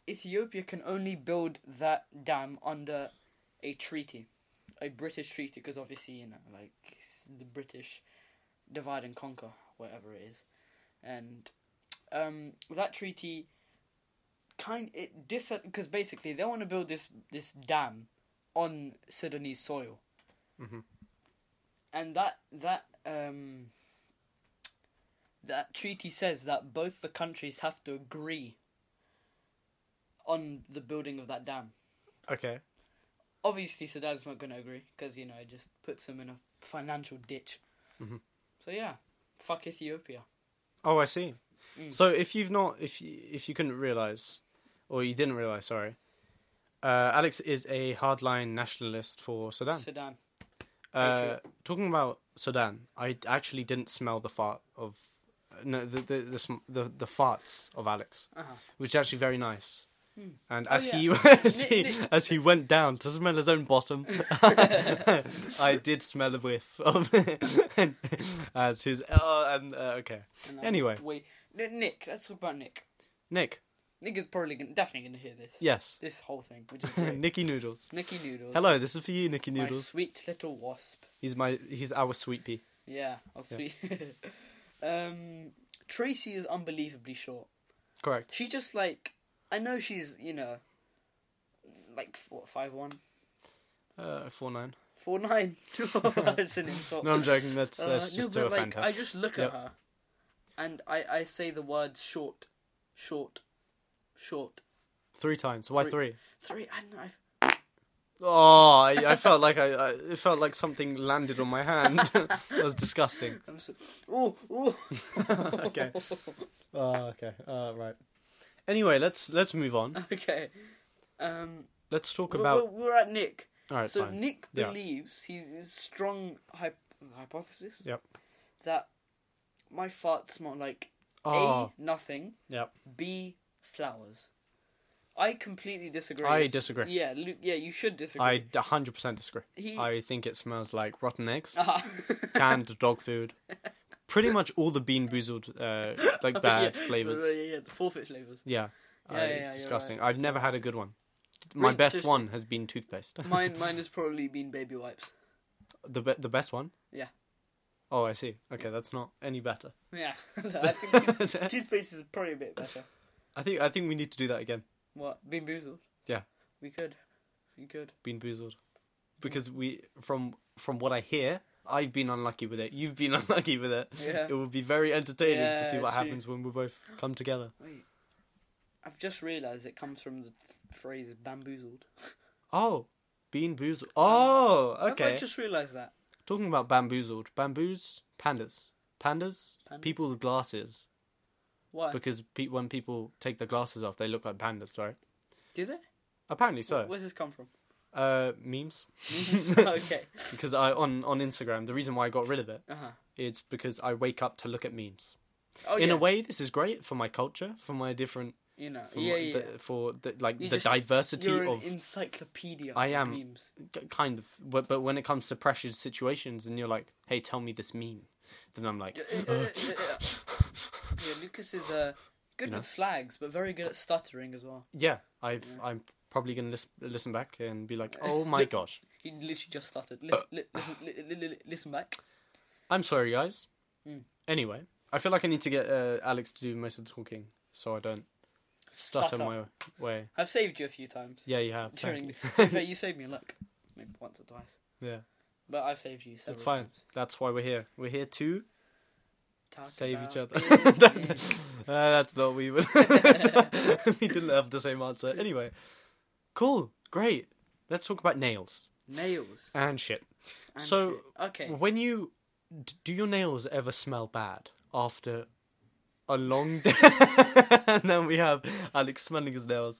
B: Ethiopia can only build that dam under a treaty, a British treaty, because obviously you know, like it's the British divide and conquer, whatever it is, and um, that treaty kind it dis because basically they want to build this this dam on Sudanese soil,
A: Mhm.
B: and that that um, that treaty says that both the countries have to agree on the building of that dam.
A: Okay.
B: Obviously, Sudan's not going to agree because you know it just puts them in a financial ditch.
A: Mhm.
B: So yeah, fuck Ethiopia.
A: Oh, I see.
B: Mm.
A: So if you've not, if you, if you couldn't realize, or you didn't realize, sorry, uh, Alex is a hardline nationalist for Sudan.
B: Sudan.
A: Uh, talking about Sudan, I actually didn't smell the fart of no the the the, sm- the, the farts of Alex,
B: Uh-huh.
A: which is actually very nice.
B: Hmm.
A: And
B: Oh,
A: as he [laughs] as he
B: [laughs] Nick- Nick-
A: as he went down to smell his own
B: [laughs]
A: bottom, I did smell a whiff of [laughs] as his. Oh, and uh, okay,
B: And I-
A: Anyway.
B: wait, N- Nick. Let's talk about Nick.
A: Nick.
B: Nick is probably gonna, definitely going to hear this.
A: Yes,
B: This whole thing, which
A: [laughs]
B: is great.
A: Nicky Noodles.
B: Nicky Noodles.
A: Hello, this is for you, Nicky
B: my
A: Noodles.
B: sweet little wasp.
A: He's my he's our sweet pea.
B: Yeah, I'll sweet. [laughs] um, Tracy is unbelievably short.
A: Correct.
B: She just like I know she's you know like what five one.
A: Uh, four [laughs] nine.
B: Four nine. [laughs] That's an insult.
A: No, I'm joking. That's,
B: Uh,
A: that's just
B: no,
A: to
B: but
A: offend
B: like,
A: her.
B: I just look
A: Yep.
B: at her, and I, I say the words short, short, short.
A: Three times. Why
B: Three.
A: three?
B: Three. I don't know. I've-
A: Oh, I, I felt like I, I it felt like something landed on my hand. [laughs] that was disgusting.
B: I'm so. Oh, oh.
A: [laughs] [laughs]
B: [laughs]
A: okay. Uh, Oh, okay. Uh, right. Anyway, let's let's move on.
B: Okay. Um.
A: Let's talk
B: We're-
A: about.
B: we're, we're at Nick.
A: All right,
B: so
A: fine.
B: Nick
A: Yeah.
B: believes he's his strong hyp- hypothesis
A: Yep.
B: that my farts smell like
A: Oh,
B: a nothing,
A: Yep.
B: b flowers. I completely disagree.
A: I disagree.
B: Yeah, Luke, yeah, you should disagree.
A: I 100% disagree.
B: he,
A: I think it smells like rotten eggs,
B: Ah.
A: canned dog food, pretty much all the Bean Boozled uh, like bad
B: [laughs] Yeah,
A: [laughs]
B: Yeah,
A: flavors.
B: yeah, yeah, the
A: [laughs]
B: forfeit flavors.
A: Yeah, uh,
B: Yeah, yeah,
A: it's
B: yeah, you're
A: disgusting. I've never had a good one. My
B: Rinse
A: best
B: is-
A: one has been toothpaste. [laughs]
B: Mine, mine has probably been baby wipes.
A: the be- the best one.
B: Yeah.
A: Oh, I see. Okay, that's not any better.
B: Yeah, [laughs] I think
A: [laughs]
B: toothpaste is probably a bit better.
A: I think I think we need to do that again.
B: What? Bean boozled?
A: Yeah.
B: We could. We could.
A: Been boozled, because we from from what I hear, I've been unlucky with it. You've been [laughs] unlucky with it.
B: Yeah.
A: It would be very entertaining to see
B: Yeah,
A: what
B: true.
A: happens when we both come together.
B: Wait. I've just realised it comes from the f- phrase bamboozled. [laughs]
A: Oh, bean boozled. Oh, okay.
B: Have I just realised that?
A: Talking about bamboozled, bamboos, pandas, pandas,
B: Pandas?
A: people with glasses.
B: Why?
A: Because pe- when people take their glasses off, they look like pandas, right?
B: Do they?
A: Apparently so.
B: Where's this
A: [laughs]
B: come from? [laughs]
A: Uh, memes. [laughs]
B: okay.
A: Because I on on Instagram, the reason why I got rid of it,
B: Uh-huh.
A: it's because I wake up to look at memes.
B: Oh,
A: In
B: yeah.
A: a way, this is great for my culture, for my different,
B: You know.
A: for
B: Yeah,
A: my,
B: yeah.
A: The, for the, like
B: You
A: the
B: just-
A: diversity
B: You're an
A: of
B: encyclopedia
A: I
B: of
A: am.
B: memes.
A: K- kind of but, but when it comes to pressured situations and you're like hey tell me this meme then i'm like
B: Yeah, yeah, yeah, yeah, yeah.
A: [laughs]
B: Yeah, Lucas is uh, good
A: You know?
B: with flags, but very good at stuttering as well.
A: yeah i've i'm probably gonna listen, listen back and be
B: [laughs]
A: like oh my gosh
B: He literally just stuttered. Listen,
A: Uh.
B: li- listen, li- li- li- listen back.
A: i'm sorry guys
B: Mm.
A: anyway i feel like i need to get uh, alex to do most of the talking so i don't stutter,
B: Stutter.
A: my way
B: I've saved you a few times.
A: yeah you have
B: During,
A: thank
B: to
A: you.
B: be
A: [laughs]
B: fair, you saved me a look, maybe once or twice.
A: yeah
B: But I've saved you.
A: that's
B: several
A: fine
B: times.
A: that's why we're here we're here to
B: Talk
A: save
B: about
A: each other [laughs]
B: business.
A: Uh, that's not what we
B: [laughs]
A: would. [laughs] we didn't have the same answer. Anyway, cool, great. Let's talk about nails
B: Nails.
A: and shit.
B: and
A: Uh, so,
B: shit. okay,
A: When you d- do your nails ever smell bad after a long [laughs] day? and then we have Alex smelling his nails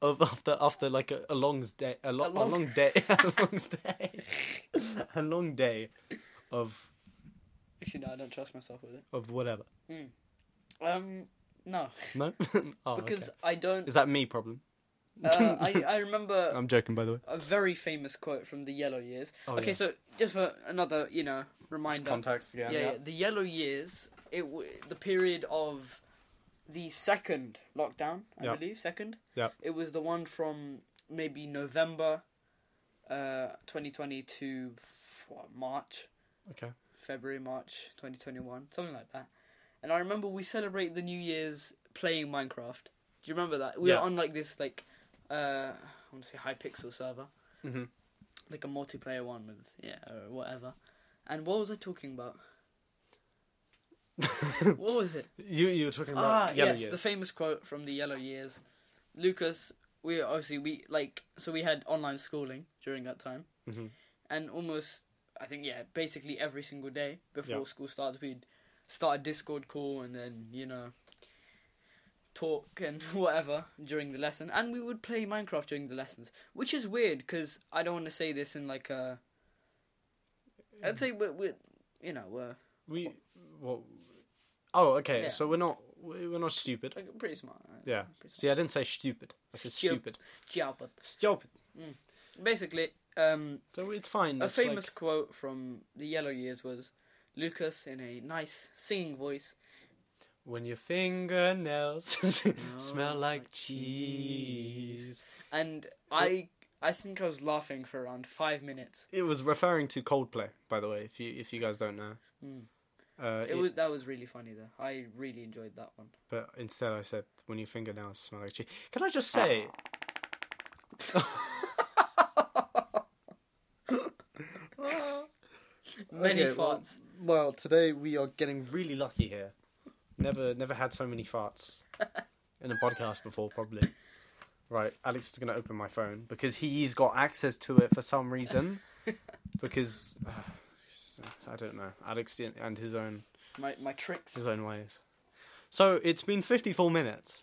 A: of after after like a, a long day, a, lo-
B: A
A: a
B: long-
A: long
B: [laughs]
A: day, [laughs] a long day, [laughs] a long day of
B: actually no, I don't trust myself with it.
A: of whatever.
B: Um, no,
A: No, [laughs] oh,
B: because
A: okay.
B: I don't.
A: is that me problem? [laughs]
B: Uh, I I remember
A: I'm joking, by the way.
B: a very famous quote from the Yellow Years.
A: Oh,
B: okay,
A: yeah.
B: so just for another, you know, reminder.
A: Contacts again.
B: yeah, yeah, the Yellow Years. It w- the period of the second lockdown, I
A: Yep.
B: believe, second.
A: Yep.
B: It was the one from maybe November, uh, twenty twenty to what, March,
A: Okay.
B: February, March, twenty twenty one, something like that. And I remember we celebrate the New Year's playing Minecraft. Do you remember that? We
A: Yeah.
B: were on like this like, uh, I want to say Hypixel server
A: Mm-hmm.
B: like a multiplayer one with yeah or whatever. And what was I talking
A: [laughs]
B: about? what was it?
A: You you were talking about
B: Ah,
A: yellow
B: yes,
A: years.
B: the famous quote from the Yellow Years. Lucas, we obviously we like so we had online schooling during that time,
A: Mhm.
B: and almost I think yeah, basically every single day before
A: Yeah.
B: school starts, we'd start a Discord call and then you know talk and [laughs] whatever during the lesson, and we would play Minecraft during the lessons, which is weird because I don't want to say this in like a. I'd say we're, we're you know we're
A: We well. Oh, okay.
B: Yeah.
A: So we're not we- we're not stupid.
B: like, pretty smart. right?
A: Yeah.
B: Pretty
A: See, I didn't say stupid. I said stupid.
B: Stupid.
A: Stupid.
B: Basically, um,
A: So it's fine.
B: a
A: It's
B: famous quote from the Yellow Years was Lucas in a nice singing voice.
A: like, when your fingernails [laughs] smell
B: Smell
A: like
B: like cheese.
A: cheese.
B: And I I think I was laughing for around five minutes.
A: It was referring to Coldplay, by the way. If you if you guys don't know,
B: Mm.
A: uh,
B: It was that was really funny though. I really enjoyed that
A: [laughs]
B: one.
A: But instead, I said, "When your fingernails smell like cheese." Can I just say?
B: [laughs] Many
A: Okay, well-
B: farts.
A: Well, today we are getting really lucky here. Never, never had so many farts in a podcast before, probably. Right, Alex is going to open my phone because he's got access to it for some reason. Because uh, I don't know, Alex and his own
B: My my tricks.
A: his own ways. So it's been fifty four minutes.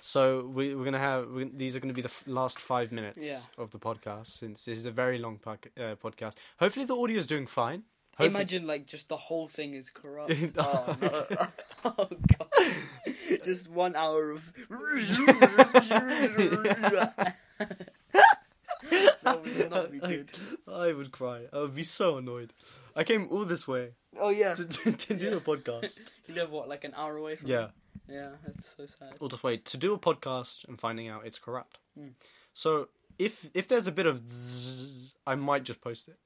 A: So we, we're gonna have we these are gonna be the f- last five minutes
B: Yeah.
A: of the podcast since this is a very long pac- uh, podcast. Hopefully the audio is doing fine. Hopefully-
B: Imagine like just the whole thing is corrupt.
A: [laughs] Oh,
B: oh,
A: no. [laughs]
B: oh god. Just one hour
A: [laughs]
B: of that would
A: [laughs]
B: not be good.
A: I would cry. I would be so annoyed. I came all this way
B: Oh yeah.
A: to, to, to do
B: Yeah.
A: a
B: [laughs]
A: podcast.
B: You live what, like an hour away from
A: Yeah,
B: me? Yeah, that's so sad.
A: all this way to do a podcast and finding out it's corrupt.
B: Mm.
A: So if if there's a bit of zzz, I might just post it.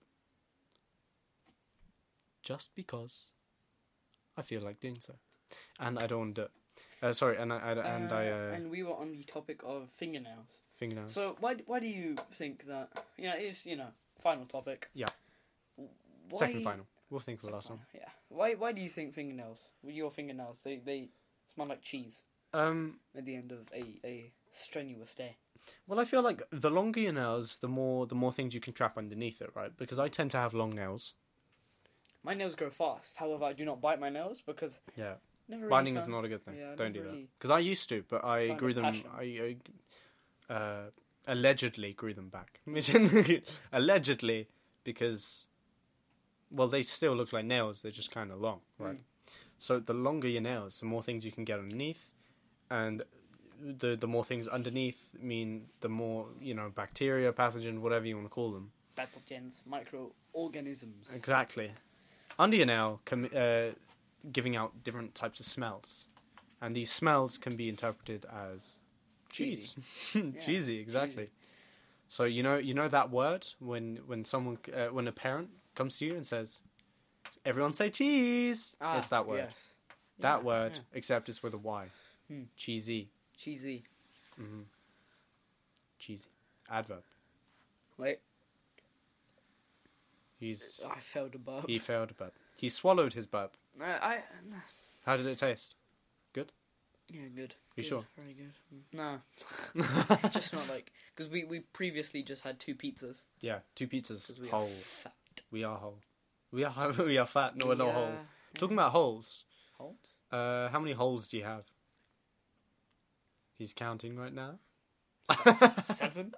A: Just because I feel like doing so, and I don't want to do it. Uh, sorry, and I, I and I uh,
B: and we were on the topic of fingernails.
A: fingernails.
B: So why why do you think that? Yeah, it's you know final topic.
A: Yeah.
B: Why,
A: Second final. We'll think of the
B: second
A: last one.
B: final, Yeah. Why why do you think fingernails? With your fingernails, they they smell like cheese
A: Um,
B: at the end of a a strenuous day.
A: Well, I feel like the longer your nails, the more the more things you can trap underneath it, right? Because I tend to have long nails.
B: My nails grow fast. However, I do not bite my nails because
A: Yeah,
B: never really
A: binding is
B: found-
A: not a good thing.
B: Yeah, I
A: Don't do
B: never
A: that.
B: really
A: Because I used to, but I
B: found a
A: grew them.
B: passion.
A: I, I uh, allegedly grew them back. [laughs] allegedly, because well, they still look like nails. They're just kind of long,
B: Hmm.
A: right? So the longer your nails, the more things you can get underneath, and the the more things underneath mean the more you know bacteria, pathogen, whatever you want to call them.
B: pathogens, microorganisms.
A: Exactly. Under your nail, com- uh, giving out different types of smells, and these smells can be interpreted as cheese,
B: Cheesy.
A: [laughs] cheesy,
B: Yeah,
A: exactly. So you know, you know that word when when someone uh, when a parent comes to you and says, "Everyone say cheese."
B: Ah,
A: it's that word.
B: yes.
A: That
B: Yeah,
A: word,
B: yeah.
A: except it's with a Y.
B: Hmm.
A: Cheesy,
B: Cheesy.
A: cheesy. Adverb.
B: Wait, Oh,
A: He's
B: I failed a burp.
A: he failed a burp. He swallowed his burp.
B: I, I
A: How did it taste?
B: yeah, good.
A: You
B: Good,
A: sure?
B: Very good. Mm. No, [laughs] just not like because we we previously just had two pizzas
A: [laughs] yeah, two pizzas
B: because we
A: whole.
B: are fat.
A: We are whole. We are [laughs] ho- we are fat. No, we're not whole.
B: Yeah.
A: Talking about holes.
B: Holes?
A: Uh, how many holes do you have? He's counting right now. [laughs]
B: Seven.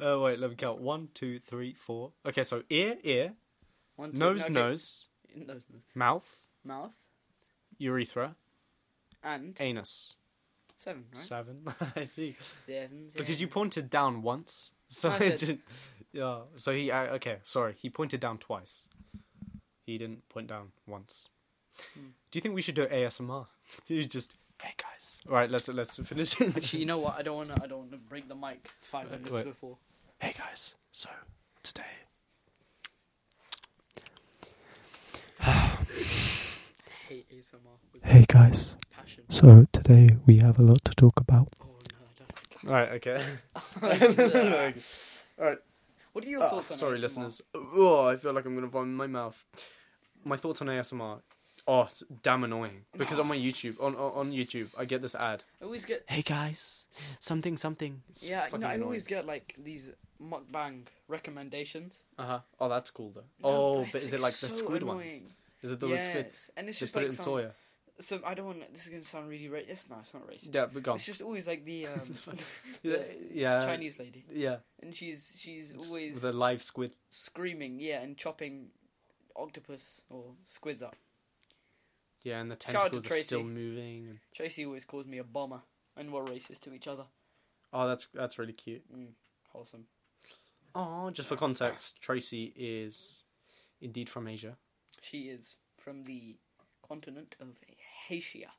A: Oh wait, let me count. One, two, three, four. Okay, so ear, ear,
B: One, two,
A: nose,
B: okay.
A: nose,
B: nose, nose,
A: mouth,
B: mouth,
A: urethra,
B: and
A: anus.
B: seven, right?
A: Seven. [laughs] I see.
B: Seven. seven.
A: Because you pointed down once, [laughs] so
B: I
A: it
B: did.
A: didn't. Yeah. So he. Uh, okay. Sorry. He pointed down twice. He didn't point down once.
B: Hmm.
A: Do you think we should do ASMR? [laughs] Do you just hey guys? All right. Let's let's finish. [laughs]
B: Actually, you know what? I don't want to. I don't want to break the mic five
A: Wait,
B: minutes
A: wait.
B: before.
A: hey guys. So today.
B: I hate ASMR with
C: Hey guys,
A: [laughs]
B: passion.
C: so today we have a lot to talk about.
B: Oh
A: [laughs]
B: no,
A: All right. Okay.
B: I don't.
A: All right.
B: uh, what are
A: [laughs]
B: your
A: Ah,
B: thoughts on
A: sorry,
B: ASMR?
A: listeners. Oh, I feel like I'm gonna vomit in my mouth. My thoughts on ASMR. Oh, it's damn annoying. Because on my YouTube, on on, on YouTube, I get this ad.
B: I always get
A: Hey guys, something something. It's
B: yeah.
A: fucking
B: No, I
A: annoying.
B: always get like these mukbang recommendations.
A: Uh huh. Oh, that's cool though.
B: No,
A: oh, but
B: it's,
A: is it like the
B: so
A: squid ones?
B: annoying.
A: Is it the
B: yes.
A: yes. squid?
B: and it's
A: Just,
B: just
A: put
B: like
A: it in
B: some,
A: soya.
B: some. I don't want. This is gonna sound really racist. It's not. It's not racist.
A: Yeah, but gone.
B: It's just always like the um,
A: [laughs] Yeah,
B: [laughs] the
A: yeah.
B: Chinese lady,
A: Yeah,
B: and she's she's
A: it's
B: always
A: with a live squid.
B: screaming, yeah, and chopping octopus or squids up.
A: Yeah, and the
B: Shout out to
A: tentacles are still
B: Tracy.
A: moving. And...
B: Tracy always calls me a bomber, and we're racist to each other. Mm,
A: Oh, that's that's really cute.
B: Wholesome.
A: Oh, just for context, Tracy is indeed from Asia.
B: She is from the continent of Hatia.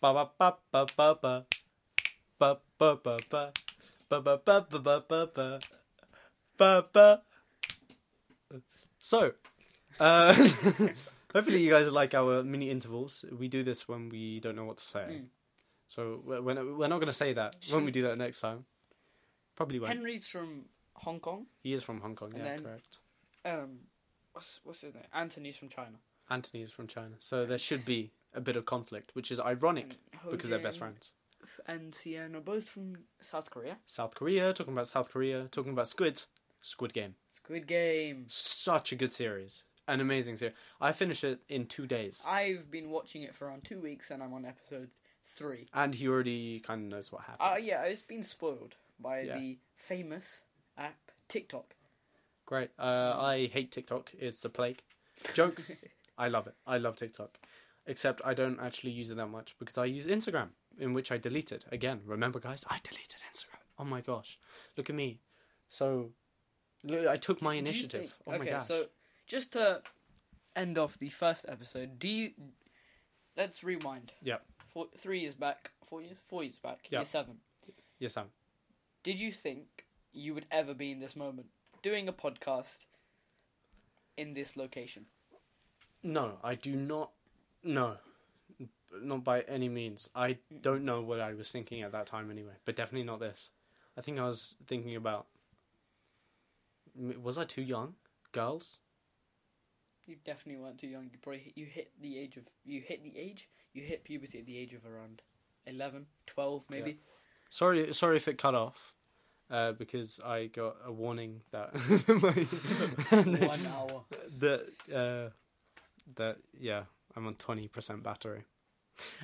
A: Ba ba ba ba ba ba ba ba ba ba ba ba ba ba ba ba ba ba ba. So, uh, [laughs] hopefully you guys like our mini intervals. We do this when we don't know what to say.
B: Mm.
A: So we're we're not- we're not going to say that when we do that next time. Probably won't.
B: Henry's from Hong Kong.
A: He is from Hong Kong.
B: And
A: Yeah,
B: then-
A: correct.
B: Um, what's what's his name? Anthony's from China.
A: Anthony is from China. So there should be a bit of conflict, which is ironic
B: Ho
A: because they're best
B: Jin
A: friends.
B: And Sian are both from South Korea.
A: South Korea, talking about South Korea, talking about squids. Squid Game.
B: Squid Game.
A: such a good series, an amazing series. I finished it in two days.
B: I've been watching it for around two weeks, and I'm on episode three.
A: and he already kind of knows what happened.
B: Uh, yeah, it's been spoiled by
A: Yeah.
B: the famous app TikTok.
A: Great. Uh, I hate TikTok. It's a plague.
B: [laughs]
A: Jokes. I love it. I love TikTok. Except I don't actually use it that much because I use Instagram, in which I delete it. Again, remember, guys, I deleted Instagram. Oh my gosh. Look at me. So, look, I took my
B: Do you
A: initiative.
B: think-
A: oh my gosh.
B: So just to end off the first episode, do you? Let's rewind.
A: Yep.
B: Four, three years back, four years, four years back,
A: Yeah.
B: year seven.
A: yes, Sam.
B: Did you think you would ever be in this moment, doing a podcast in this location?
A: No, I do not. No, not by any means. I don't know what I was thinking at that time anyway, but definitely not this. I think I was thinking about. m- Was I too young? Girls?
B: You definitely weren't too young. You probably hit- you hit the age of you hit the age you hit puberty at the age of around 11, 12 maybe.
A: Sorry, sorry if it cut off, uh, because I got a warning that [laughs]
B: [laughs] One hour.
A: that uh, that yeah, I'm on twenty percent battery.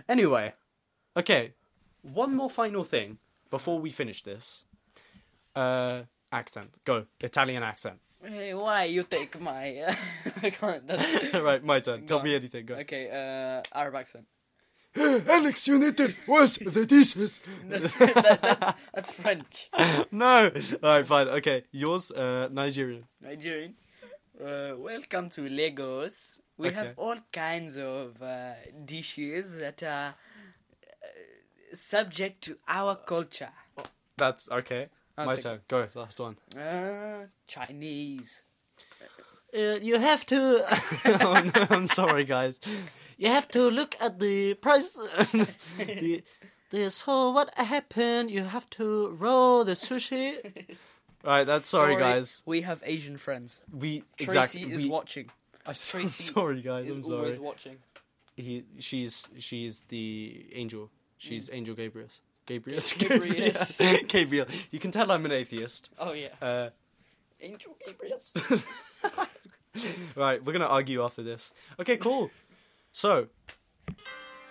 A: Anyway, okay, one more final thing before we finish this. Uh, accent, go Italian accent. [laughs]
B: Hey, why you take my? Uh, [laughs] I can't.
A: [laughs]
B: That's...
A: right, my turn. Tell
B: Go
A: me
B: on.
A: anything. Go.
B: Okay, uh,
A: [laughs]
B: Arab accent.
A: Alex, you need to wash the dishes.
B: that, that's that's French,
A: [laughs] no. All right, fine. Okay, yours, uh, Nigerian.
B: Nigerian. Uh, welcome to Lagos. We
A: Okay.
B: have all kinds of uh, dishes that are uh, subject to our culture.
A: That's okay.
B: I
A: my
B: think-
A: turn. Go. Last one.
B: Uh, Chinese.
A: Uh, you have to. [laughs] oh, no, I'm sorry, guys. You have to look at the price. [laughs] the, the, so what happened? You have to roll the sushi. Right, that's sorry,
B: Don't worry,
A: guys.
B: We have Asian friends.
A: We
B: Tracy
A: exactly.
B: is
A: we,
B: watching.
A: I'm so
B: Tracy
A: sorry, guys.
B: Is
A: I'm
B: always
A: sorry.
B: watching.
A: He, she's, she's the angel. She's
B: Mm.
A: Angel Gabriel. Gabriel.
B: Gabrius.
A: Gabriel. [laughs] Gabriel. You can tell I'm an atheist.
B: Oh yeah,
A: Uh,
B: Angel Gabriel.
A: [laughs] right, we're gonna argue after this. Okay,
B: [laughs]
A: cool. So,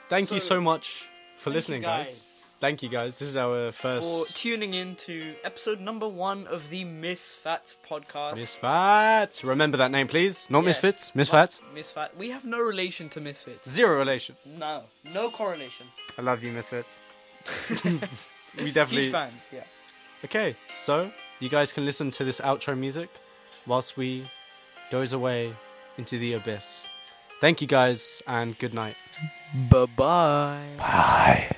A: thank you
B: So,
A: so much for listening, guys.
B: guys.
A: Thank you, guys. This is our
B: For
A: first
B: tuning in to episode number one of the Misfats podcast.
A: Misfats. Remember that name, please. Not
B: Yes,
A: Misfits.
B: but
A: Misfats.
B: Misfat. We have no relation to
A: [laughs]
B: Misfits.
A: Zero relation.
B: No, no correlation.
A: I love you,
B: [laughs]
A: Misfits. we definitely.
B: Huge fans. Yeah.
A: Okay, so you guys can listen to this outro music whilst we doze away into the abyss. Thank you, guys, and good night.
B: Bye bye.
C: Bye.